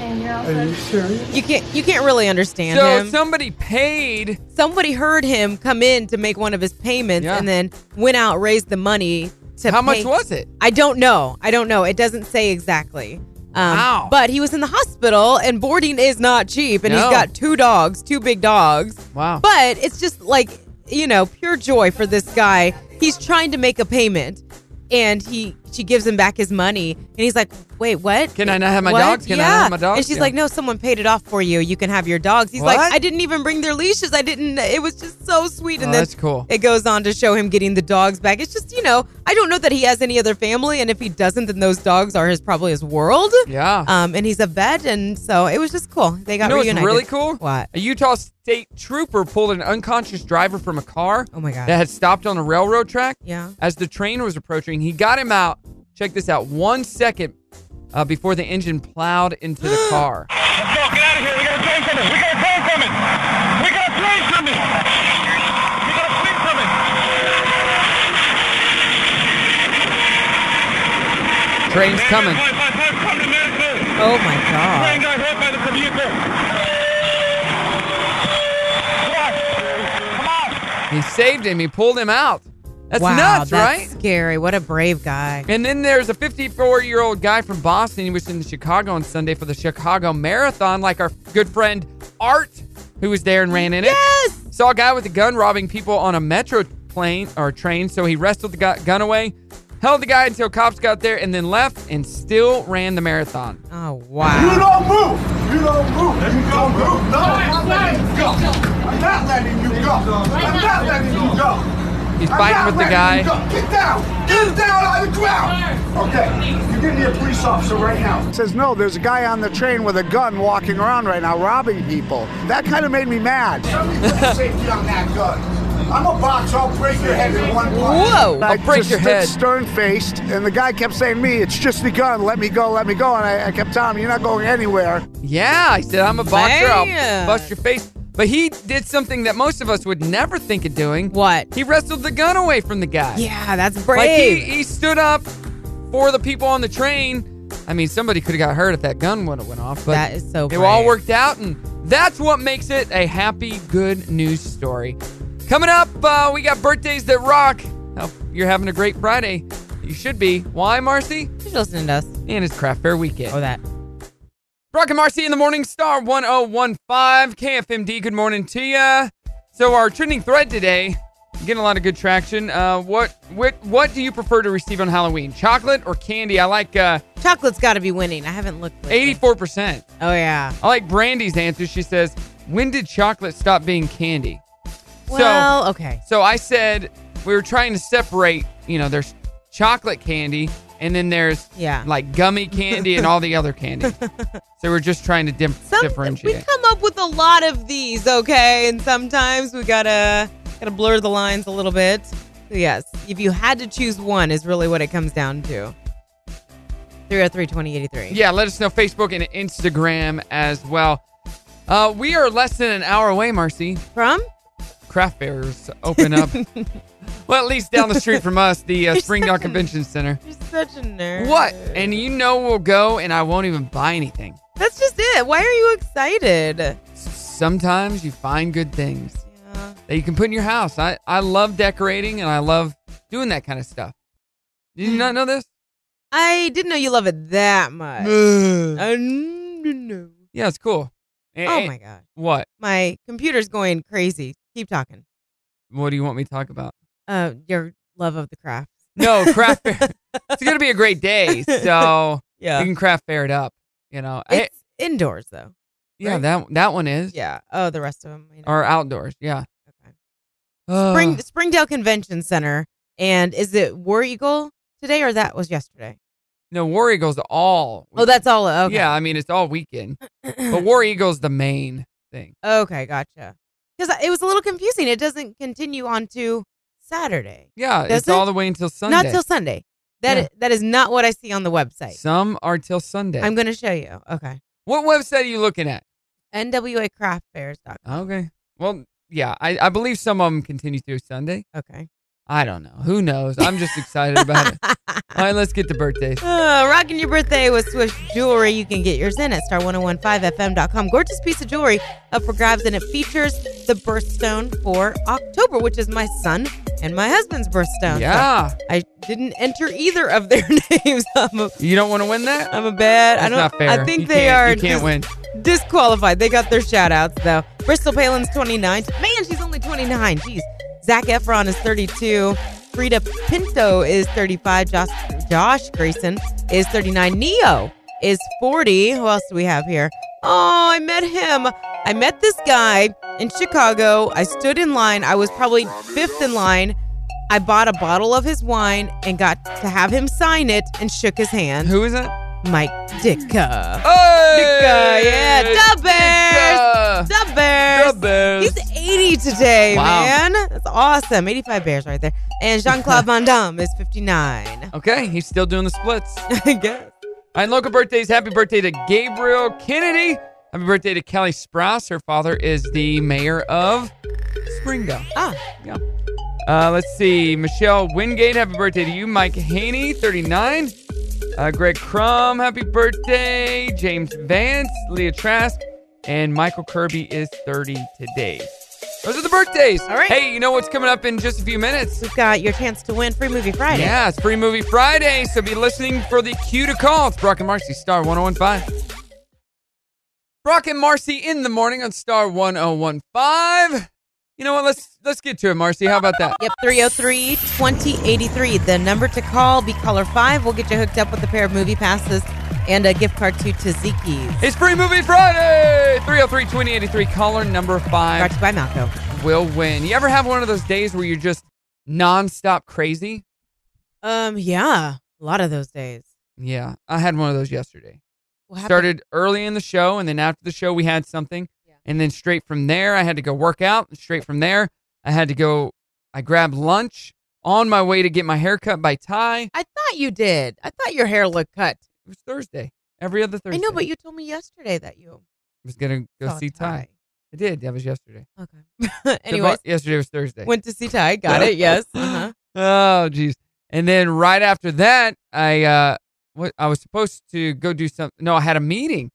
And you're also Are you serious? You can't you can't really understand So him. somebody paid. somebody heard him come in to make one of his payments Yeah. and then went out raised the money to How pay- much was it? i don't know i don't know it doesn't say exactly um, Wow. but he was in the hospital and boarding is not cheap and No. he's got two dogs two big dogs Wow. but it's just like you know pure joy for this guy he's trying to make a payment and he she gives him back his money and he's like wait what Can I not have my What? dogs? Can I yeah. not have my dogs? and she's Yeah. like no someone paid it off for you you can have your dogs he's What? like i didn't even bring their leashes i didn't it was just so sweet and Oh, then that's cool. it goes on to show him getting the dogs back it's just you know i don't know that he has any other family and if he doesn't then those dogs are his probably his world yeah. um and he's a vet and so it was just cool they got you know what's reunited really cool? what A Utah state trooper pulled an unconscious driver from a car oh my god that had stopped on a railroad track. yeah As the train was approaching, he got him out. Check this out. One second uh, before the engine plowed into the car. Let's go, get out of here. We got a train coming. We got a train coming. We got a train coming. We got a train coming. Train's coming. Five, five, five, come to medical. oh my god Train got hit by the commuter. Come on. Come on. He saved him. He pulled him out. That's wow, nuts, that's right? Scary. What a brave guy. And then there's a 54 year old guy from Boston. He was in Chicago on Sunday for the Chicago Marathon, like our good friend Art, who was there and ran in it. Yes! Saw a guy with a gun robbing people on a metro plane or train, so he wrestled the gu- gun away, held the guy until cops got there, and then left and still ran the marathon. Oh, wow. don't move. You don't move. you don't move. No, I'm not letting you go. I'm not letting you go. I'm not letting you go. He's I'm fighting not with the letting guy. you go. Get down. Get down on the ground. Okay, you give me a police officer right now. Says no. There's a guy on the train with a gun walking around right now, robbing people. That kind of made me mad. Somebody put safety on that gun. I'm a box. I'll break your head in one punch. Whoa. I I'll break just your stood head. stern faced, and the guy kept saying to me, "It's just the gun. Let me go. Let me go." And I, I kept telling him, "You're not going anywhere." Yeah, I said, I'm a boxer. I'll Man. bust your face. But he did something that most of us would never think of doing. What? He wrestled the gun away from the guy. Yeah, that's Like he, brave. he stood up for the people on the train. I mean, somebody could have got hurt if that gun would have went off, but That is so it all brave. worked out, and that's what makes it a happy, good news story. Coming up, uh, we got birthdays that rock. Hope you're having a great Friday. You should be. Why, Marcy? He's listening to us. And it's craft fair weekend. Oh, that. Brock and Marcy in the Morning Star 1015 KFMD. Good morning to ya. So our trending thread today, getting a lot of good traction. Uh, what what what do you prefer to receive on Halloween? Chocolate or candy? I like uh, Chocolate's got to be winning. I haven't looked. lately. 84%. Oh, yeah. I like Brandy's answer. She says, "When did chocolate stop being candy?" Well, okay. So I said we were trying to separate, you know, there's chocolate candy and then there's Yeah. like gummy candy and all the other candy. So we're just trying to dim- Some, differentiate. We come up with a lot of these, okay? And sometimes we gotta gotta blur the lines a little bit. Yes, if you had to choose one, is really what it comes down to. 303-2083. Yeah, let us know Facebook and Instagram as well. Uh, we are less than an hour away, Marcy. From? Craft fairs open up. well, at least down the street from us, the uh, Springdale Convention Center. You're such a nerd. What? And you know we'll go, and I won't even buy anything. That's just it. Why are you excited? Sometimes you find good things Yeah. that you can put in your house. I, I love decorating, and I love doing that kind of stuff. Did you not know this? I didn't know you love it that much. I didn't know. Yeah, it's cool. Eh, Oh eh, my gosh. What? My computer's going crazy. Keep talking. What do you want me to talk about? Uh, your love of the craft. No, craft fair. it's gonna be a great day, so Yeah. we can craft fair it up. You know, I- It's indoors though. yeah, right? that that one is Yeah. Oh, the rest of them. You know. or outdoors. Yeah, Okay. Uh, Spring Springdale Convention Center, and is it War Eagle today or that was yesterday? no, War Eagles all. Oh, that's all. Okay. yeah. I mean, it's all weekend, but War Eagles the main thing. okay, gotcha. Because it was a little confusing. It doesn't continue on to Saturday, Yeah, Does it's all it? the way until Sunday. not till Sunday. That Yeah. that is not what I see on the website. Some are till Sunday. I'm going to show you. Okay. what website are you looking at? NWAcraftfairs.com. Okay. Well, yeah, I, I believe some of them continue through Sunday. Okay. I don't know. Who knows? I'm just excited about it. All right, let's get to birthdays. Uh, rocking your birthday with Swiss Jewelry. You can get yours in at star1015fm.com. Gorgeous piece of jewelry up for grabs, and it features the birthstone for October, which is my son and my husband's birthstone. So Yeah. I didn't enter either of their names. I'm a, You don't want to win that? I'm a bad. That's I don't. not fair. I think You they can't- are. You can't dis- win. disqualified. They got their shout outs, though. Bristol Palin's 29. Man, she's only 29. Jeez. Zach Efron is 32. Frida Pinto is 35. Josh, Josh Grayson is 39. Neo is 40. Who else do we have here? Oh, I met him. I met this guy in Chicago. I stood in line. I was probably fifth in line. I bought a bottle of his wine and got to have him sign it and shook his hand. Who is it? Mike Ditka. Oh, Dicka, yeah, the Bears, the Bears. The Bears. He's 80 today, Wow. man. That's awesome. 85 Bears right there. And Jean Claude Van Damme is 59. Okay, he's still doing the splits. All I guess. right, local birthdays. Happy birthday to Gabriel Kennedy. Happy birthday to Kelly Sprouse. Her father is the mayor of Springdale. Ah, Yeah. Uh, let's see. Michelle Wingate, happy birthday to you. Mike Haney, 39. Uh, Greg Crum, happy birthday. James Vance, Leah Trask, and Michael Kirby is 30 today. Those are the birthdays. All right. Hey, you know what's coming up in just a few minutes? We've got your chance to win Free Movie Friday. Yeah, it's Free Movie Friday, so be listening for the cue to call. It's Brock and Marcy, Star 1015. Brock and Marcy in the morning on Star 1015. You know what? Let's let's get to it, Marcy. How about that? Yep, 303 2083. The number to call, be caller five. We'll get you hooked up with a pair of movie passes and a gift card to Tzatziki's. It's Free Movie Friday! 303 2083, caller number five. Brought to you by Malco. Will win. You ever have one of those days where you're just nonstop crazy? Um, yeah. A lot of those days. Yeah, I had one of those yesterday. What happened? Started early in the show, and then after the show, we had something. And then straight from there, I had to go work out. And straight from there, I had to go, I grabbed lunch on my way to get my hair cut by Ty. I thought you did. I thought your hair looked cut. It was Thursday, every other Thursday. I know, but you told me yesterday that you. I was going to go Saw see Ty. Ty. I did. That was yesterday. Okay. The Anyways, vo- yesterday was Thursday. went to see Ty. Got it. Yes. Uh-huh. Oh, geez. And then right after that, I uh, what I was supposed to go do some. No, I had a meeting,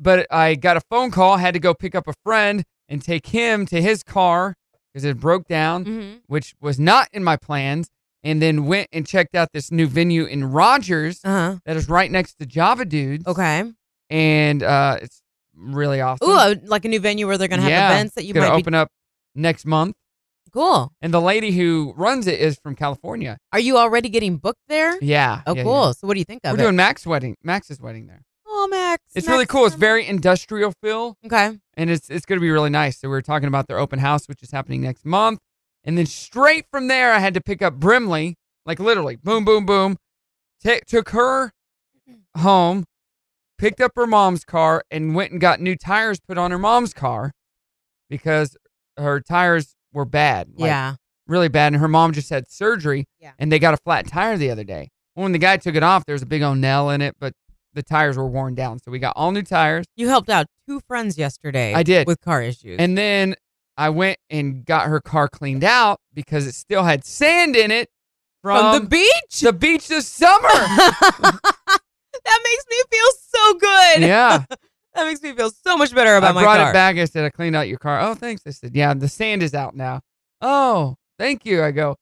but I got a phone call. Had to go pick up a friend and take him to his car because it broke down, Mhm. which was not in my plans. And then went and checked out this new venue in Rogers Uh-huh. that is right next to Java Dudes, Okay. and uh, it's really awesome. Ooh, uh, like a new venue where they're going to have Mm-hmm. Yeah, events that you it's gonna might open up next month. be cool. And the lady who runs it is from California. Are you already getting booked there? Yeah. Oh, yeah, cool. yeah. So what do you think of We're it? doing Max's wedding. Max's wedding there. oh, Max. It's Max really is cool. It's coming. very industrial feel, okay. and it's it's going to be really nice. So we were talking about their open house, which is happening next month, and then straight from there, I had to pick up Brimley, like literally, boom, boom, boom. Ta took her home, picked up her mom's car, and went and got new tires put on her mom's car because her tires were bad. like, yeah. really bad, and her mom just had surgery. Yeah. And they got a flat tire the other day. When the guy took it off, there was a big old nail in it, but the tires were worn down. So we got all new tires. You helped out two friends yesterday. I did. With car issues. And then I went and got her car cleaned out because it still had sand in it from, from, the beach? the beach this summer. That makes me feel so good. yeah. That makes me feel so much better about I my brought car. it back. I said, I cleaned out your car. Oh, thanks. I said, Yeah, the sand is out now. Oh, thank you. I go,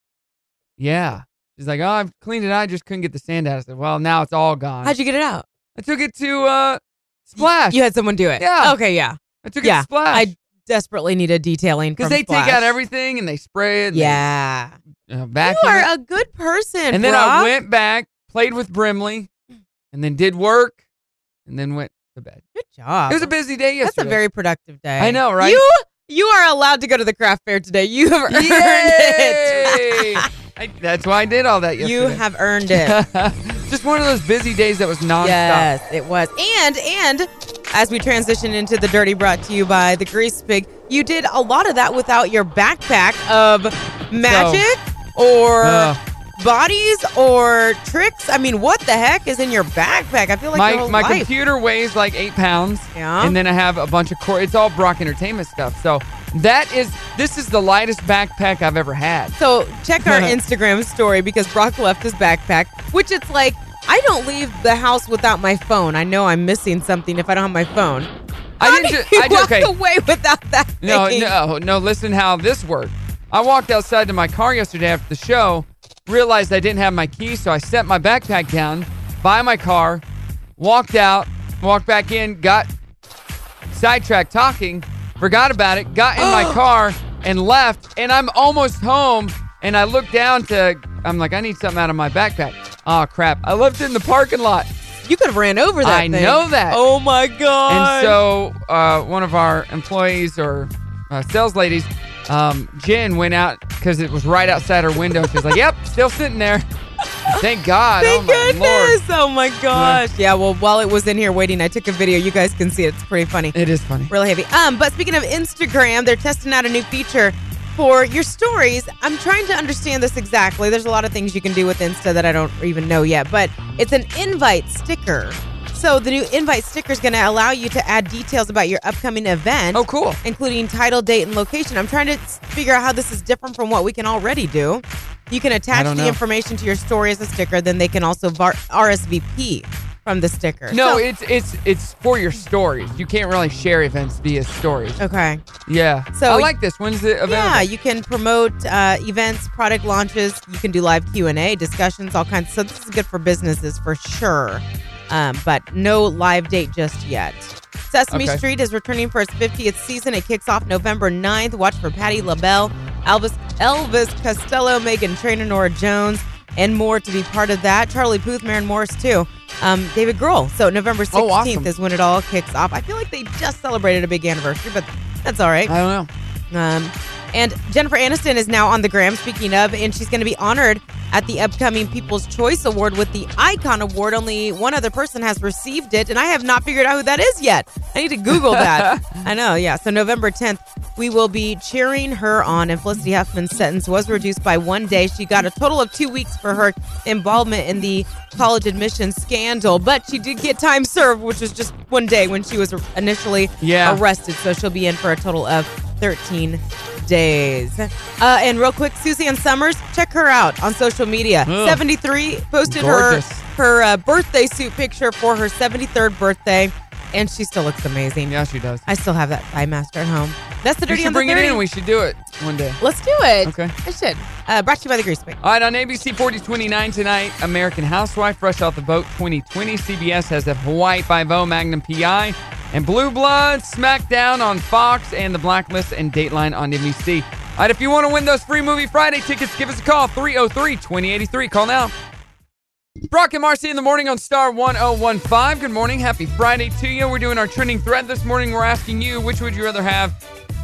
Yeah. She's like, Oh, I've cleaned it. out. I just couldn't get the sand out. I said, Well, now it's all gone. How'd you get it out? I took it to uh Splash. You had someone do it. Yeah. Okay. Yeah. I took it yeah, to Splash. I desperately needed detailing Because because they take out everything and they spray it. and Yeah. They, uh, You vacuum it. are a good person. and then I Brock. went back, played with Brimley, and then did work, and then went to bed. Good job. It was a busy day That's yesterday. a very productive day. I know, right? You you are allowed to go to the craft fair today. You have earned Yay! it. I, that's why I did all that yesterday. you have earned it. Just one of those busy days that was nonstop. yes, it was. And and as we transition into the dirty brought to you by the Grease Pig, you did a lot of that without your backpack of magic or Uh, bodies or tricks. I mean, what the heck is in your backpack? I feel like your my whole my life. computer weighs like eight pounds. Yeah. And then I have a bunch of core. It's all Brock Entertainment stuff. So that is this is the lightest backpack I've ever had. So check our Instagram story because Brock left his backpack, which it's like I don't leave the house without my phone. I know I'm missing something if I don't have my phone. I How didn't do ju- you I ju- walk okay. away without that. No, thing? no, no. Listen how this worked. I walked outside to my car yesterday after the show, realized I didn't have my keys, so I set my backpack down by my car, walked out, walked back in, got sidetracked talking, forgot about it, got in my car, and left. And I'm almost home, and I look down to, I'm like, I need something out of my backpack. Oh, crap. I left it in the parking lot. You could have ran over that. I thing. know that. Oh my god. And so uh, one of our employees or uh, sales ladies, um, Jen, went out because it was right outside her window. She's like, "Yep, still sitting there." Thank God. Thank oh my goodness. Lord. Oh my gosh. Yeah. Well, while it was in here waiting, I took a video. You guys can see it. It's pretty funny. It is funny. really heavy. Um, but speaking of Instagram, they're testing out a new feature for your stories. I'm trying to understand this exactly. There's a lot of things you can do with Insta that I don't even know yet, but it's an invite sticker. So the new invite sticker is going to allow you to add details about your upcoming event. Oh, cool. Including title, date, and location. I'm trying to s- figure out how this is different from what we can already do. You can I attach don't the know. information to your story as a sticker, then they can also var- RSVP. from the sticker. No, So- it's it's it's for your stories. You can't really share events via stories. Okay. Yeah. So- I like this. When's it available? Yeah, you can promote uh, events, product launches. You can do live Q and A discussions, all kinds. So this is good for businesses for sure. Um, but no live date just yet. Sesame Okay. Street is returning for its 50th season. It kicks off November 9th. Watch for Patti LaBelle, Elvis, Elvis Costello, Megan Trainor, Nora Jones, and more to be part of that. Charlie Puth, Maren Morris too. Um, David Grohl. So November 16th Oh, awesome. is when it all kicks off. I feel like they just celebrated a big anniversary, but that's all right. I don't know. Um, and Jennifer Aniston is now on the gram, speaking of, and she's going to be honored at the upcoming People's Choice Award with the Icon Award. Only one other person has received it, and I have not figured out who that is yet. I need to Google that. I know, yeah. So November 10th, we will be cheering her on. And Felicity Huffman's sentence was reduced by one day. She got a total of two weeks for her involvement in the college admission scandal, but she did get time served, which was just one day when she was initially Yeah. arrested. So she'll be in for a total of 13 days. Uh, and real quick, Suzanne Summers, check her out on social media. Ugh. 73 posted Gorgeous. her her uh, birthday suit picture for her 73rd birthday, and she still looks amazing. Yeah, she does. I still have that thigh master at home. That's the We dirty should on the bring 30. it in. We should do it one day. Let's do it. Okay. I should. Uh, brought to you by the Grease Pig. All right, on ABC 4029 tonight, American Housewife, Fresh Off the Boat 2020. CBS has the Hawaii 5 Magnum PI. And Blue Blood, SmackDown on Fox, and The Blacklist and Dateline on NBC. All right, if you want to win those free Movie Friday tickets, give us a call 303 2083. Call now. Brock and Marcy in the morning on Star 1015. Good morning. Happy Friday to you. We're doing our trending thread this morning. We're asking you which would you rather have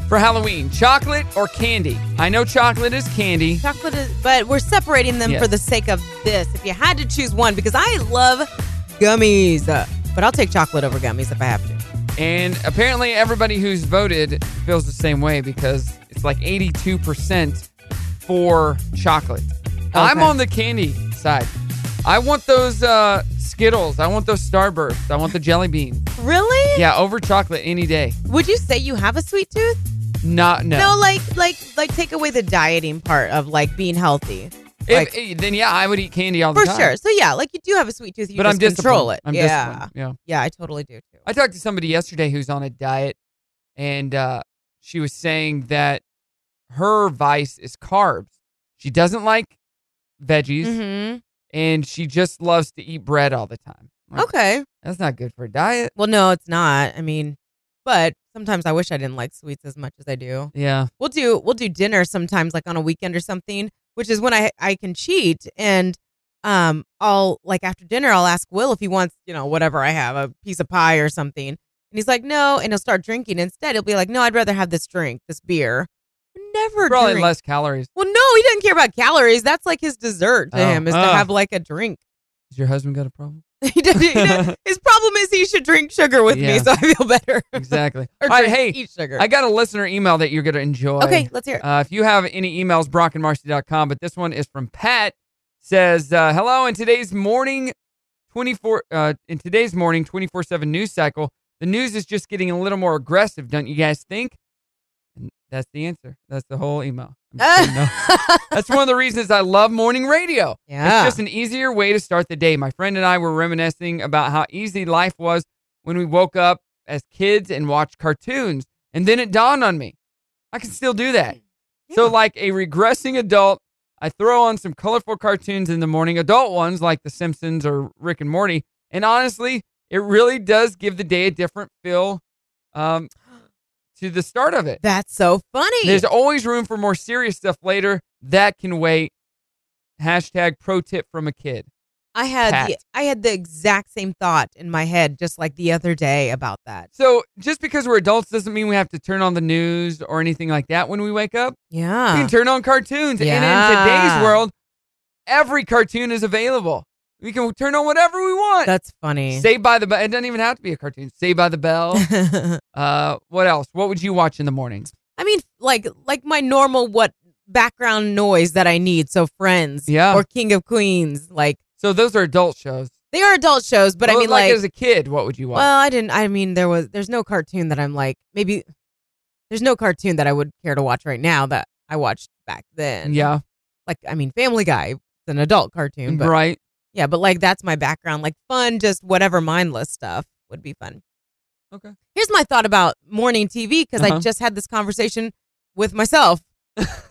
for Halloween, chocolate or candy? I know chocolate is candy. Chocolate is, but we're separating them Yes. for the sake of this. If you had to choose one, because I love gummies, uh, but I'll take chocolate over gummies if I have to. And apparently, everybody who's voted feels the same way because it's like 82% for chocolate. I'm Okay. on the candy side. I want those uh, Skittles. I want those Starbursts. I want the jelly bean. Really? Yeah, over chocolate any day. Would you say you have a sweet tooth? Not, no. like like like take away the dieting part of like being healthy. If- like- eh, then, yeah, I would eat candy all the For time. sure. So yeah, like you do have a sweet tooth. You But just I'm control disciplined. it. I'm yeah. disciplined, yeah. Yeah, I totally do too. I talked to somebody yesterday who's on a diet, and uh, she was saying that her vice is carbs. She doesn't like veggies, Mhm. and she just loves to eat bread all the time. Like, Okay. that's not good for a diet. Well, no, it's not. I mean, but sometimes I wish I didn't like sweets as much as I do. Yeah. We'll do we'll do dinner sometimes like on a weekend or something, which is when I I can cheat and um I'll like after dinner I'll ask Will if he wants, you know, whatever I have, a piece of pie or something. And he's like, "No," and he'll start drinking instead. He'll be like, "No, I'd rather have this drink, this beer." Never Probably drink. less calories. Well, no, he doesn't care about calories. That's like his dessert to Oh. him is to Oh. have like a drink. Has your husband got a problem? He doesn't- he doesn't- his problem is he should drink sugar with me, Yeah. so I feel better. Exactly. Or All right, drink- hey, eat sugar. I got a listener email that you're going to enjoy. Okay, let's hear it. Uh, if you have any emails, brockandmarcy.com, but this one is from Pat. Says, uh, hello, in today's morning 24, uh, in today's morning 24-7 news cycle, the news is just getting a little more aggressive, don't you guys think? And that's the answer. That's the whole email. I'm just saying no. That's one of the reasons I love morning radio. Yeah. It's just an easier way to start the day. My friend and I were reminiscing about how easy life was when we woke up as kids and watched cartoons. And then it dawned on me. I can still do that. So, like a regressing adult, I throw on some colorful cartoons in the morning, adult ones like The Simpsons or Rick and Morty. And honestly, it really does give the day a different feel um, to the start of it. That's so funny. There's always room for more serious stuff later. That can wait. Hashtag pro tip from a kid. I had the, Pat. I had the exact same thought in my head just like the other day about that. So just because we're adults doesn't mean we have to turn on the news or anything like that when we wake up. Yeah. We can turn on cartoons. And in Yeah. today's world, every cartoon is available. We can turn on whatever we want. That's funny. Saved by the Bell. It doesn't even have to be a cartoon. Saved by the Bell. uh, what else? What would you watch in the mornings? I mean, like like my normal what background noise that I need. So Friends, Yeah. or King of Queens, like So those are adult shows. they are adult shows, but I Well, mean, like, as a kid, what would you watch? well, I didn't. I mean, there was there's no cartoon that I'm like maybe there's no cartoon that I would care to watch right now that I watched back then. Yeah. like I mean, Family Guy, it's an adult cartoon, but Right. Yeah, but like that's my background. Like fun, just whatever mindless stuff would be fun. Okay. Here's my thought about morning TV because I Uh-huh. just had this conversation with myself.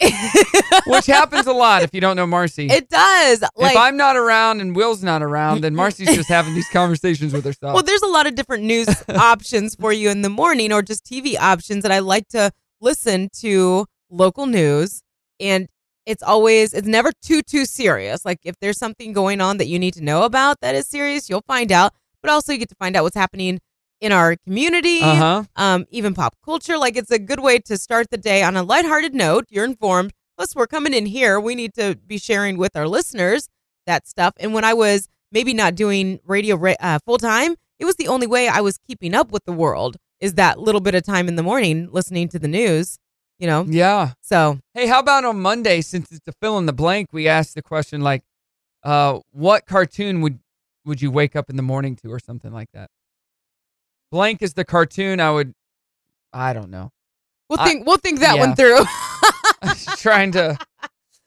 Which happens a lot if you don't know Marcy. It does. Like if I'm not around and Will's not around, then Marcy's just having these conversations with herself. Well, there's a lot of different news options for you in the morning or just TV options and I like to listen to local news and it's always it's never too too serious. Like if there's something going on that you need to know about that is serious, you'll find out, but also you get to find out what's happening in our community, Uh-huh. um, even pop culture. Like it's a good way to start the day on a lighthearted note. You're informed. Plus, we're coming in here. We need to be sharing with our listeners that stuff. And when I was maybe not doing radio ra- uh, full time, it was the only way I was keeping up with the world is that little bit of time in the morning listening to the news, you know? Yeah. So, Hey, how about on Monday, since it's a fill in the blank, we asked the question like, uh, what cartoon would would you wake up in the morning to or something like that? Blank is the cartoon I would I don't know. we'll I- think, we'll think that yeah. one through. trying to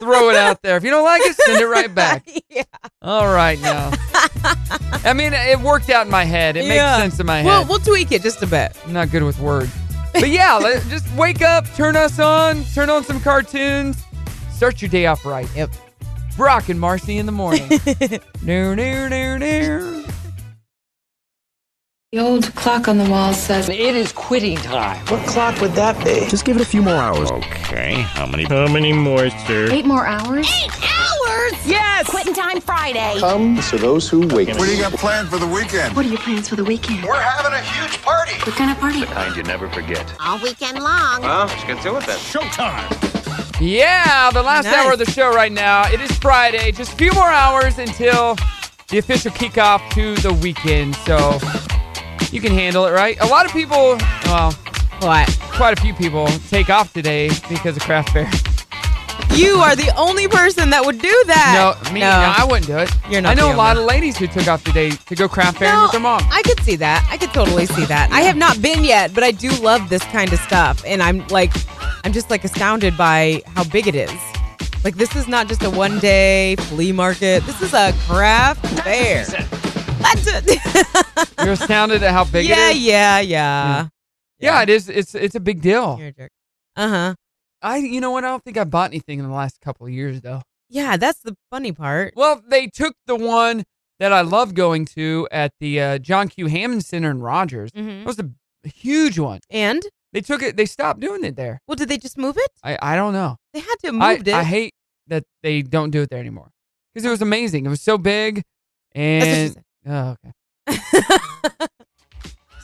throw it out there. If you don't like it, send it right back. Yeah. All right now. I mean, it worked out in my head. It Yeah. makes sense in my head. We'll, we'll tweak it just a bit. I'm not good with words. But yeah, let, just wake up, turn us on, turn on some cartoons, start your day off right. Yep. Brock and Marcy in the morning. no, no, no, no. The old clock on the wall says it is quitting time. What clock would that be? Just give it a few more hours. Okay, how many? How many more, sir? Eight more hours? Eight hours! Yes! Quitting time Friday. Comes to those who wait. What do you got planned for the weekend? What are your plans for the weekend? We're having a huge party. What kind of party? kind you never forget. All weekend long. Well, let's get to it then. Showtime! Yeah, the last Nice. hour of the show right now. It is Friday. Just a few more hours until the official kickoff to the weekend. So you can handle it, right? A lot of people, well, what? Quite a few people take off today because of craft fair. You are the only person that would do that. No, me, no, I wouldn't do it. You're not I know the a lot only. of ladies who took off today to go craft fairing No, with their mom. I could see that. I could totally see that. I have not been yet, but I do love this kind of stuff. And I'm like, I'm just like astounded by how big it is. Like, this is not just a one day flea market, this is a craft fair. You're astounded at how big yeah, it is. Mm. yeah, yeah. Yeah, it is. It's it's a big deal. You're a jerk. Uh huh. I you know what? I don't think I bought anything in the last couple of years though. Yeah, that's the funny part. Well, they took the one that I love going to at the uh, John Q. Hammond Center in Rogers. Mhm. That was a huge one. And they took it. They stopped doing it there. Well, did they just move it? I I don't know. They had to have I, moved it. I hate that they don't do it there anymore because it was amazing. It was so big, and oh, okay.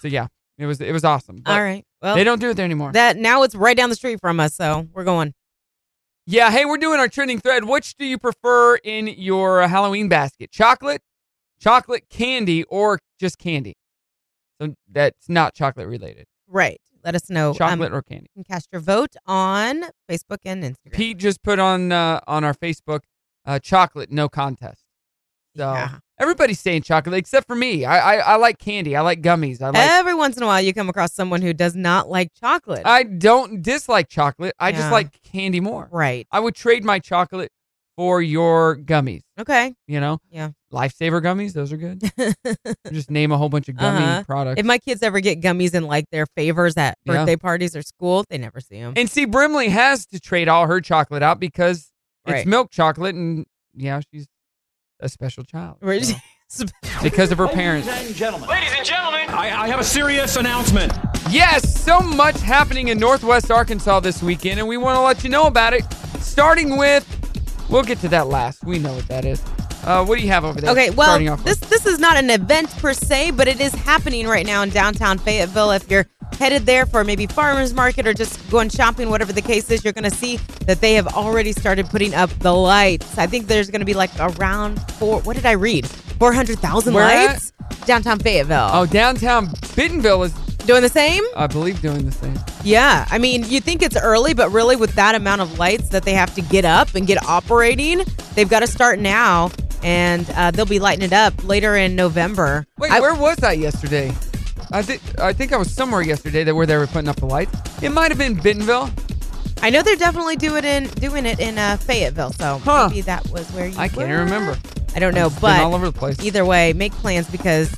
so yeah, it was it was awesome. But All right. Well, they don't do it there anymore. That now it's right down the street from us, so we're going. yeah, hey, we're doing our trending thread. Which do you prefer in your Halloween basket? Chocolate, chocolate candy, or just candy? So that's not chocolate related. Right. Let us know. um, Chocolate or candy? You can cast your vote on Facebook and Instagram. Pete just put on uh, on our Facebook, uh, chocolate no contest. So everybody's saying chocolate except for me. I, I I like candy. I like gummies. I like. Every once in a while, you come across someone who does not like chocolate. I don't dislike chocolate. I just Yeah. like candy more. Right. I would trade my chocolate for your gummies. okay. You know. Yeah. Lifesaver gummies. Those are good. just name a whole bunch of gummy Uh-huh. products. If my kids ever get gummies in like their favors at Yeah. birthday parties or school, they never see them. and see, Brimley has to trade all her chocolate out because Right. it's milk chocolate, and yeah, she's a special child Right. Oh, so. because of her parents. and gentlemen. Ladies and gentlemen. I, I have a serious announcement. Yes, so much happening in Northwest Arkansas this weekend, and we want to let you know about it. Starting with, we'll get to that last. We know what that is. Uh, what do you have over there? Okay, starting well, off with? this this is not an event per se, but it is happening right now in downtown Fayetteville. If you're headed there for maybe farmers market or just going shopping, whatever the case is, you're going to see that they have already started putting up the lights. I think there's going to be like around four. What did I read? Four hundred thousand Where at? lights downtown Fayetteville. oh, downtown Bentonville is, Doing the same? I believe, doing the same. Yeah. I mean, you think it's early, but really, with that amount of lights that they have to get up and get operating, they've got to start now. And uh, they'll be lighting it up later in November. Wait, where was I yesterday? I think I think I was somewhere yesterday that where they were putting up the lights. It might have been Bentonville. I know they're definitely do it in doing it in uh, Fayetteville, so Huh. maybe that was where you. I can't were. remember. I I don't know, It's been but all over the place. Either way, make plans because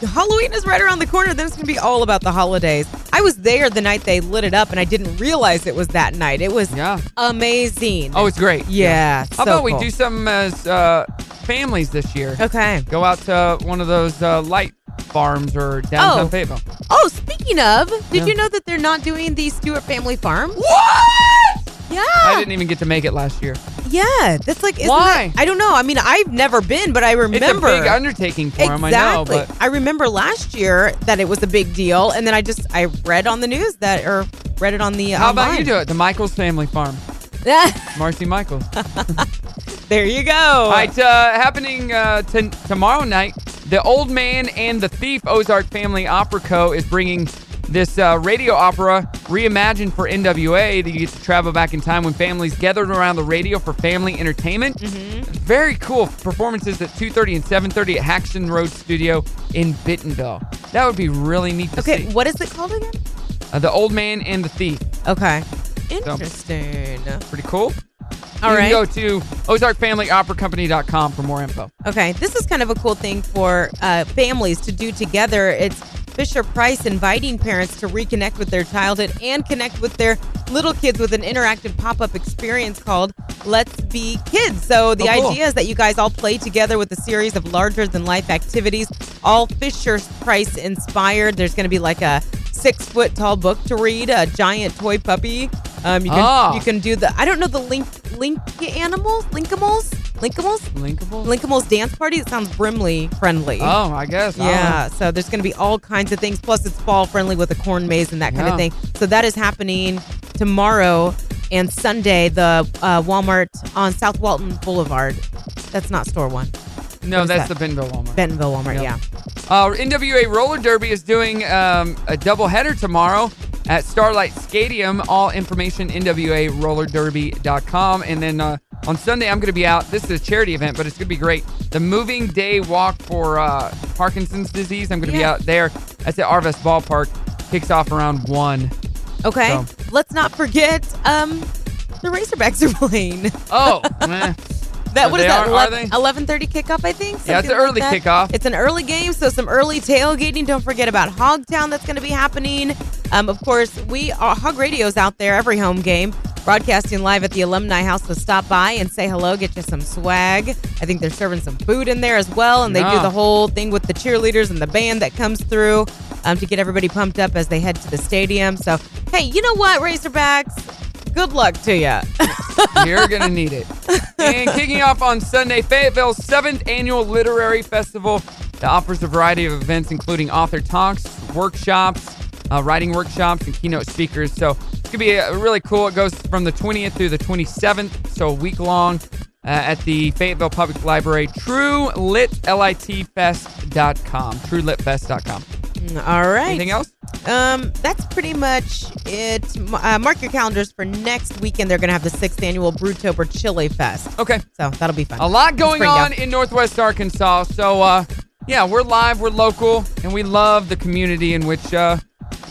Halloween is right around the corner. Then it's going to be all about the holidays. I was there the night they lit it up, and I didn't realize it was that night. It was amazing. Oh, it's great. Yeah. How so about we cool. do something as uh, families this year? Okay. Go out to one of those uh, light farms or downtown Oh. Fayetteville. Oh, speaking of, did Yeah. you know that they're not doing the Stewart family farm? What? Yeah. I didn't even get to make it last year. Yeah. That's like, isn't Why? that- I don't know. I mean, I've never been, but I remember. It's a big undertaking for him, I know, Exactly. but I remember last year that it was a big deal, and then I just I read on the news that or read it on the. how about you do it? The Michaels family farm. Marcy Michaels. there you go. All right, uh, happening uh, t- tomorrow night, The Old Man and the Thief Ozark Family Opera Co. is bringing this uh, radio opera reimagined for NWA that you get to travel back in time when families gathered around the radio for family entertainment. Mm-hmm. Very cool performances at 2.30 and 7.30 at Haxton Road Studio in Bentonville. That would be really neat to Okay, see. what is it called again? Uh, the Old Man and the Thief. Okay. So, Interesting. pretty cool. All you right. can go to OzarkFamilyOperaCompany.com for more info. Okay, this is kind of a cool thing for uh, families to do together. It's Fisher Price inviting parents to reconnect with their childhood and connect with their little kids with an interactive pop up experience called Let's Be Kids. So, the Oh, cool. idea is that you guys all play together with a series of larger than life activities, all Fisher Price inspired. There's going to be like a six foot tall book to read, a giant toy puppy. Um, you can Ah. you can do the I don't know the link link animals linkimals linkimals Linkable? Linkimals dance party. It sounds Brimley friendly. Oh, I guess. I don't Yeah. So there's going to be all kinds of things. Plus, it's fall friendly with a corn maze and that kind Yeah. of thing. So that is happening tomorrow and Sunday. The uh, Walmart on South Walton Boulevard. That's not store one. No, What is that's that? the Bentonville Walmart. Bentonville Walmart. Yep. Yeah. Uh, NWA Roller Derby is doing um, a doubleheader tomorrow at Starlight Stadium. All information, NWARollerDerby.com. And then uh, on Sunday, I'm going to be out. This is a charity event, but it's going to be great. The Moving Day Walk for uh, Parkinson's Disease. I'm going to be Yeah. out there. That's at Arvest Ballpark. Kicks off around 1. Okay. So- Let's not forget um, the Razorbacks are playing. Oh. meh. That Are what is they- that? are- are 11 11:30 kickoff, I think. Yeah, it's something an early that. kickoff. It's an early game, so some early tailgating. Don't forget about Hogtown. That's going to be happening. Um, of course, we are Hog Radio's out there every home game, broadcasting live at the Alumni House. So stop by and say hello. Get you some swag. I think they're serving some food in there as well, and they do Yeah. the whole thing with the cheerleaders and the band that comes through um, to get everybody pumped up as they head to the stadium. So hey, you know what, Razorbacks? Good luck to you. You're going to need it. And kicking off on Sunday, Fayetteville's seventh annual literary festival that offers a variety of events, including author talks, workshops, uh, writing workshops, and keynote speakers. So it's going to be a, really cool. It goes from the 20th through the 27th, so a week long. Uh, at the Fayetteville Public Library, TrueLitLitFest.com. TrueLitFest.com. All right. Anything else? Um, that's pretty much it. M- Uh, mark your calendars for next weekend. They're going to have the sixth annual Brewtober Chili Fest. Okay. So that'll be fun. A lot going Spring, yeah. on in Northwest Arkansas. So, uh, yeah, we're live, we're local, and we love the community in which uh,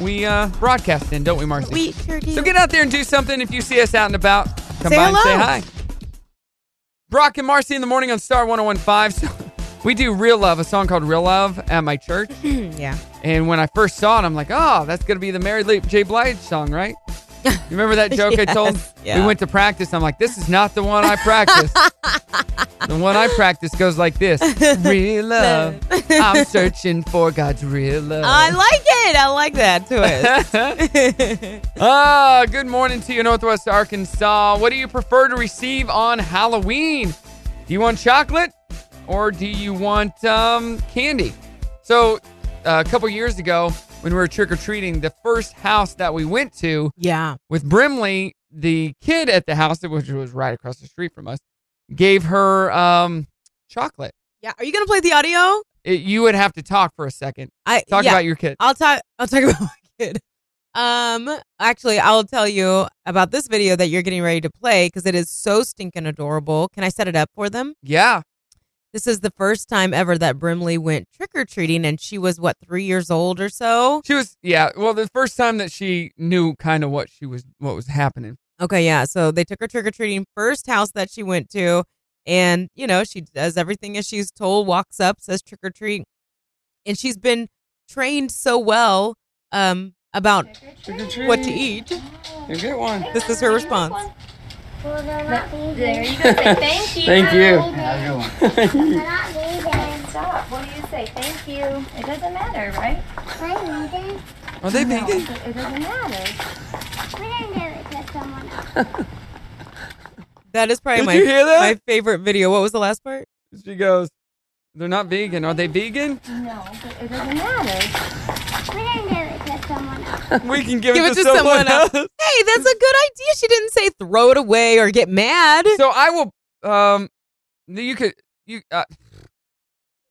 we uh, broadcast in, don't we, Marcy? We sure do. so get out there and do something. If you see us out and about, come Say by hello. and say hi. Brock and Marcy in the morning on Star 1015. So we do Real Love, a song called Real Love at my church. yeah. And when I first saw it, I'm like, oh, that's going to be the Mary Lee J. Blige song, right? You remember that joke I told? Yes, yeah. We went to practice. I'm like, this is not the one I practiced. the one I practiced goes like this Real love. I'm searching for God's real love. I like it. I like that twist. Ah, good morning to you, Northwest Arkansas. What do you prefer to receive on Halloween? Do you want chocolate or do you want um, candy? So, uh, a couple years ago, when we were trick or treating, the first house that we went to, yeah, with Brimley, the kid at the house, which was right across the street from us, gave her um, chocolate. yeah. Are you going to play the audio? It, you would have to talk for a second. I Talk yeah. about your kid. I'll talk. I'll talk about my kid. Um, actually, I'll tell you about this video that you're getting ready to play because it is so stinking adorable. Can I set it up for them? Yeah. This is the first time ever that Brimley went trick or treating, and she was what three years old or so. She was yeah. Well, the first time that she knew kind of what she was what was happening. Okay, yeah. So they took her trick or treating first house that she went to, And, you know, she does everything as she's told, walks up, says trick or treat. And she's been trained so well um, about what to eat. You get one. This is her response. There you go. Say thank you. Thank you. Have a good one. They're not needed. Stop. What do you say? Thank you. It doesn't matter, right? I need it. Are they No, vegan? it- It doesn't matter. We didn't give it to someone else. That is probably Did my, you hear that? my favorite video. What was the last part? She goes, they're not vegan. Are they vegan? No, but it doesn't matter. We didn't give it to someone else. We can give, Give it to someone else. Hey, that's a good idea. She didn't say throw it away or get mad. So I will. Um, you could you. Uh,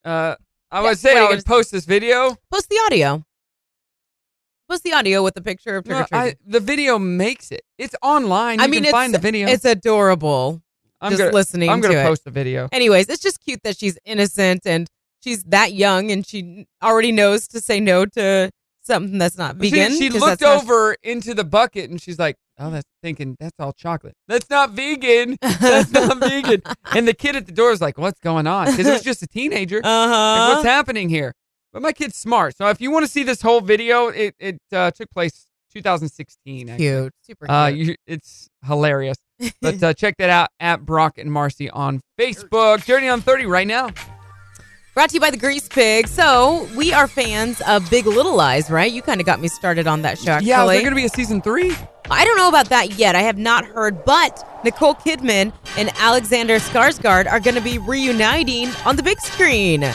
uh I would what say are you I gonna would post this video. Post the audio. Post the audio with the picture of trick No, or treat. I, the video makes it. It's online. You I mean, can it's, find the video. It's adorable. I'm just gonna, listening I'm gonna to it. post the video. Anyways, it's just cute that she's innocent and she's that young and she already knows to say no to something that's not She- vegan. She, 'cause looked that's not- over into the bucket and she's like, "Oh, that's thinking that's all chocolate. That's not vegan. Uh-huh. That's not vegan." And the kid at the door is like, "What's going on?" Because it was just a teenager. Uh-huh. Like, what's happening here? But my kid's smart. So if you want to see this whole video, it it uh, took place 2016. actually. Cute. Super Uh, cute. you, it's hilarious. But uh, check that out at Brock and Marcy on Facebook. Journey on 30 right now. Brought to you by the Grease Pig. So we are fans of Big Little Lies, right? You kind of got me started on that show. Actually. Yeah, is there going to be a season three? I don't know about that yet. I have not heard, but Nicole Kidman and Alexander Skarsgård are going to be reuniting on the big screen.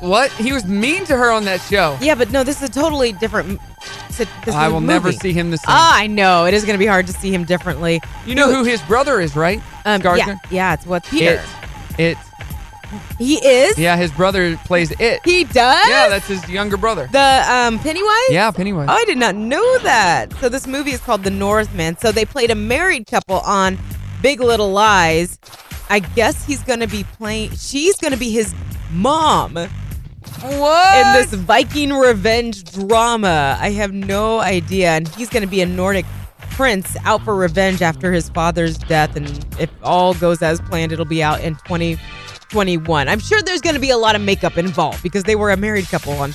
What? He was mean to her on that show. Yeah, but no, this is a totally different. m- This is I a will never movie. see him the same. Ah, I know it is going to be hard to see him differently. You know who his brother is, right? Um, yeah, Skarsgård? yeah, it's what Peter. It. He is. It. Yeah, his brother plays it. He does. Yeah, that's his younger brother. The um, Pennywise? Yeah, Pennywise. Oh, I did not know that. So this movie is called The Northman. So they played a married couple on Big Little Lies. I guess he's going to be playing, she's going to be his mom What? in this Viking revenge drama. I have no idea. And he's going to be a Nordic prince out for revenge after his father's death. And if all goes as planned, it'll be out in 2021. I'm sure there's going to be a lot of makeup involved because they were a married couple on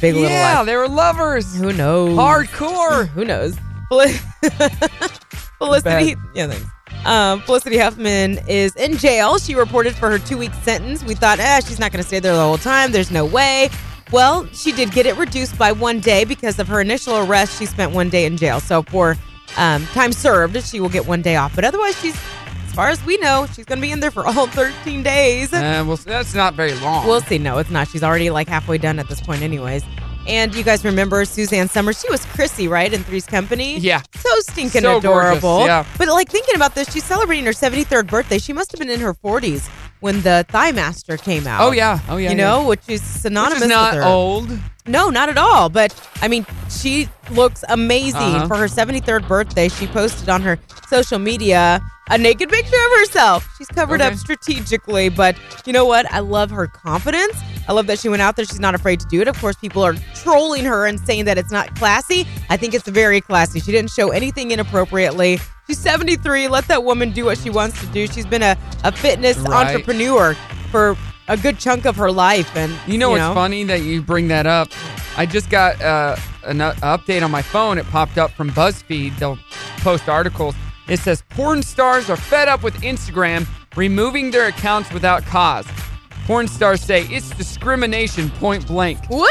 Big Little Lies. yeah, they were lovers. Who knows? Hardcore. Who knows? Fel- Felicity. Yeah, thanks. Um, Felicity Huffman is in jail. She reported for her two week sentence. We thought, ah, she's not going to stay there the whole time. There's no way. Well, she did get it reduced by one day because of her initial arrest. She spent one day in jail. So for um, time served, she will get one day off. But otherwise, she's, as far as we know, she's going to be in there for all 13 days. Uh, well, that's not very long. We'll see. No, it's not. She's already like halfway done at this point, anyways. And you guys remember Suzanne Summers? She was Chrissy, right, in Three's Company. Yeah. So stinking So gorgeous, adorable. yeah. But like thinking about this, she's celebrating her 73rd birthday. She must have been in her 40s when the Thigh Master came out. Oh, yeah. Oh, yeah. You yeah. know, which Which is synonymous is not with her. old. No, not at all. But I mean, she looks amazing Uh-huh. for her 73rd birthday. She posted on her social media a naked picture of herself. She's covered Okay. up strategically, but you know what? I love her confidence. I love that she went out there. She's not afraid to do it. Of course, people are trolling her and saying that it's not classy. I think it's very classy. She didn't show anything inappropriately. She's 73. Let that woman do what she wants to do. She's been a, a fitness Right. entrepreneur for a good chunk of her life. And You know what's funny that you bring that up? I just got uh, an u- update on my phone. It popped up from BuzzFeed. They'll post articles. It says porn stars are fed up with Instagram removing their accounts without cause. Porn stars say it's discrimination point blank. What?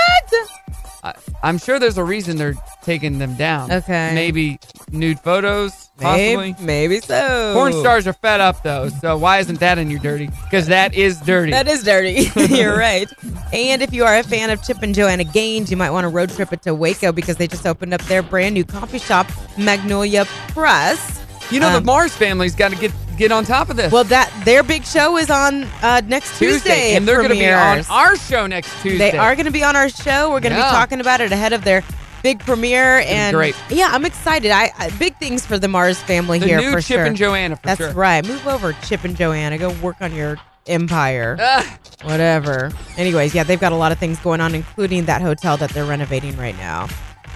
I, I'm sure there's a reason they're taking them down. Okay. Maybe nude photos, possibly. Maybe, maybe so. Porn stars are fed up though, so why isn't that in your dirty? Because that is dirty. That is dirty. You're right. And if you are a fan of Chip and Joanna Gaines, you might want to road trip it to Waco because they just opened up their brand new coffee shop, Magnolia Press. you know the Um, Mars family's got to get get on top of this. Well, that their big show is on uh, next Tuesday. Tuesday, and It they're going to be on premieres. our show next Tuesday. They are going to be on our show. We're going to Yeah. be talking about it ahead of their big premiere. And great. yeah, I'm excited. I, I big things for the Mars family the here new for Chip sure. and Joanna for That's sure. right. Move over, Chip and Joanna. Go work on your empire. Ah, Whatever. Anyways, yeah, they've got a lot of things going on, including that hotel that they're renovating right now.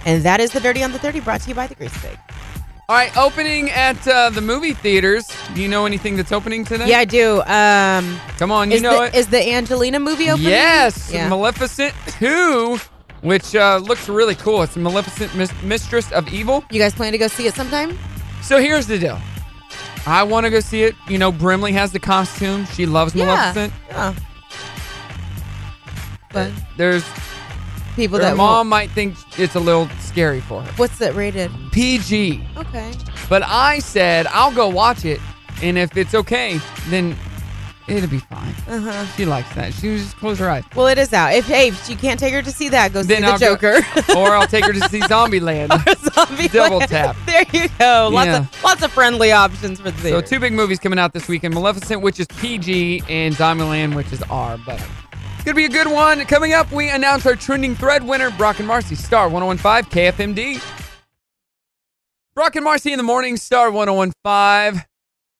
And that is the Dirty on the 30 brought to you by the Grease Pig. All right, opening at uh, the movie theaters. Do you know anything that's opening today? Yeah, I do. Um, Come on, you is know the, it. Is the Angelina movie opening? Yes, Yeah. Maleficent 2, which uh, looks really cool. It's Maleficent Mis- Mistress of Evil. You guys plan to go see it sometime? So here's the deal. I want to go see it. You know, Brimley has the costume. She loves Maleficent. Yeah. But There's people her that mom might think it's a little scary for her. won't- What's that rated? PG. Okay. But I said I'll go watch it, and if it's okay, then it'll be fine. Uh huh. She likes that. She was just close her eyes. Well, it is out. If hey, if you can't take her to see that, go see Then the I'll go- Joker. or I'll take her to see Zombieland. Double tap. there you go. Lots Yeah. of lots of friendly options for the So theater. two big movies coming out this weekend: Maleficent, which is PG, and Zombieland, which is R. But it's gonna be a good one. Coming up, we announce our trending thread winner, Brock and Marcy, Star 1015 KFMD. Brock and Marcy in the morning, Star 1015.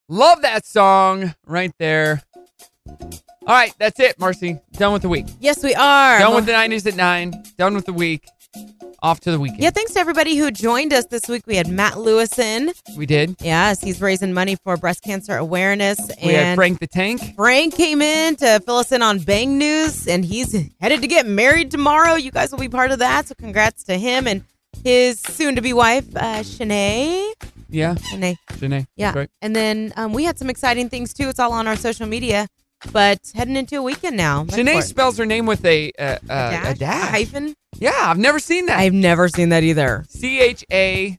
Love that song right there. All right, that's it, Marcy. Done with the week. yes, we are. Done with the 90s at 9. Done with the week. Off to the weekend. yeah, thanks to everybody who joined us this week. We had Matt Lewis in. We did. Yes, he's raising money for breast cancer awareness. We had and Frank the Tank. Frank came in to fill us in on Bang News, and he's headed to get married tomorrow. You guys will be part of that, so congrats to him and his soon-to-be wife, uh, Shanae. Yeah. Shanae. Janae. Yeah. That's right. And then um, we had some exciting things too. It's all on our social media. But heading into a weekend now. Look for Janae it. spells her name with a, uh, uh, a dash. A hyphen. Yeah, I've never seen that. I've never seen that either. C H A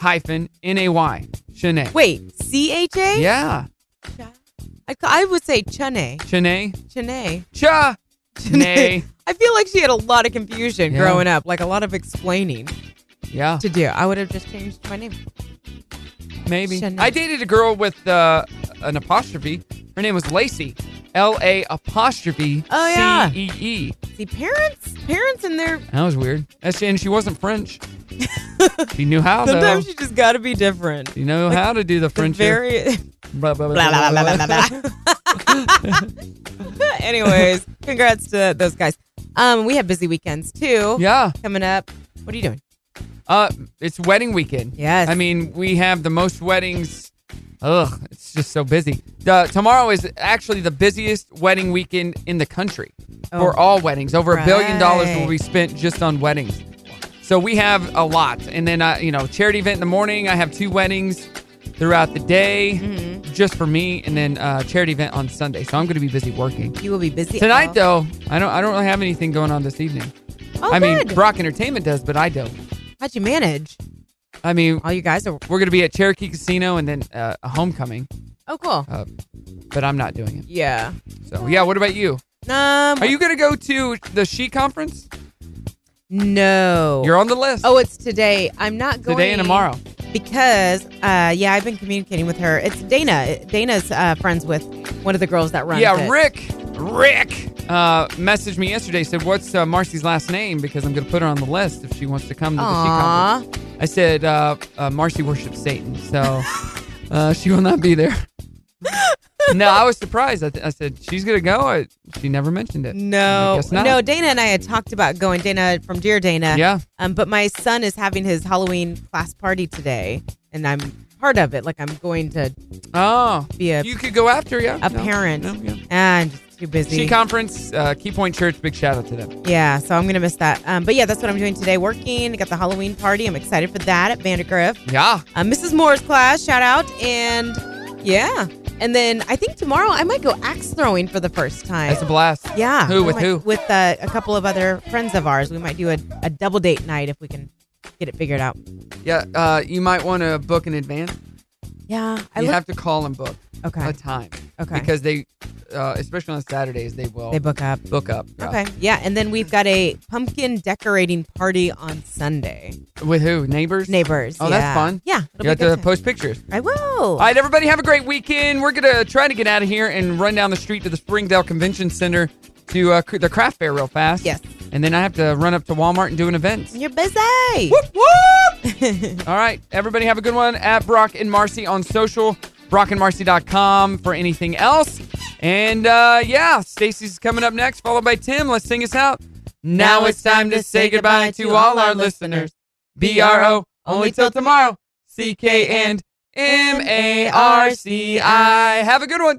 hyphen N A Y. Shanae. Wait, C H A? Yeah. I, ca- I would say Chene. Shanae. Chene. Cha. Shanae. I feel like she had a lot of confusion Yeah. growing up, like a lot of explaining Yeah. to do. I would have just changed my name. Maybe. Shanae. I dated a girl with uh, an apostrophe. Her name was Lacey. L A apostrophe Oh, yeah. C E E. See, parents, parents and their. That was weird. That's, and she wasn't French. she knew how, though. Sometimes you just got to be different. You know how to do the French. Very. Blah, blah, blah, blah, blah, blah, blah, blah, blah, blah. Anyways, congrats to those guys. Um, we have busy weekends too. Yeah. Coming up. What are you doing? Uh, it's wedding weekend. Yes. I mean, we have the most weddings. Ugh, it's just so busy. The, tomorrow is actually the busiest wedding weekend in the country for Oh. all weddings. Over a billion dollars will Right. be spent just on weddings. So we have a lot, and then uh, you know, charity event in the morning. I have two weddings throughout the day, Mm-hmm. just for me, and then uh, charity event on Sunday. So I'm going to be busy working You will be busy tonight. all- Though I don't, I don't really have anything going on this evening. Oh, I mean, good. Brock Entertainment does, but I don't. How'd you manage? I mean, All you guys are. we're going to be at Cherokee Casino and then uh, a homecoming, Oh, cool. uh, but I'm not doing it. Yeah. So, yeah, what about you? Um. Are you going to go to the She Conference? No. You're on the list. Oh, it's today. I'm not going Today and tomorrow. because uh, yeah, I've been communicating with her. It's Dana. Dana's uh, friends with one of the girls that runs. yeah, it. Rick. Rick uh, messaged me yesterday, said, What's uh, Marcy's last name? Because I'm going to put her on the list if she wants to come to the She Aw. Conference. I said, uh, uh, Marcy worships Satan, so uh, she will not be there. no, I was surprised. I, th- I said, She's going to go. I, she never mentioned it. I No, guess not. no. Dana and I had talked about going. Dana from Dear Dana. Yeah. Um, but my son is having his Halloween class party today, and I'm part of it. Like I'm going to Oh. be a, You could go after, yeah. a No, parent, no, yeah. and I'm just too busy. She Conference, uh, Key Point Church, big shout out to them. yeah, so I'm gonna miss that. Um, but yeah, that's what I'm doing today. Working. I got the Halloween party. I'm excited for that at Vandergrift. Yeah. Um, Mrs. Moore's class. Shout out and yeah. And then I think tomorrow I might go axe throwing for the first time. That's a blast. Yeah. Who We with might- who? With uh, a couple of other friends of ours. We might do a, a double date night if we can get it figured out. Yeah, uh, you might want to book in advance. Yeah. I you look- have to call and book Okay. a time. Okay. Because they, uh, especially on Saturdays, they will They book up. book up. yeah. Okay. Yeah. And then we've got a pumpkin decorating party on Sunday. With who? Neighbors? Neighbors. Oh, yeah. that's fun. Yeah. You have good to time. post pictures. I will. All right, everybody, have a great weekend. We're going to try to get out of here and run down the street to the Springdale Convention Center to uh, the craft fair real fast. Yes. And then I have to run up to Walmart and do an event. You're busy. All right, everybody have a good one at Brock and Marcy on social, brockandmarcy.com for anything else. And uh, yeah, Stacy's coming up next, followed by Tim. Let's sing us out. Now it's time to say goodbye to all our listeners. BRO, only till tomorrow. C K and M A R C I. Have a good one.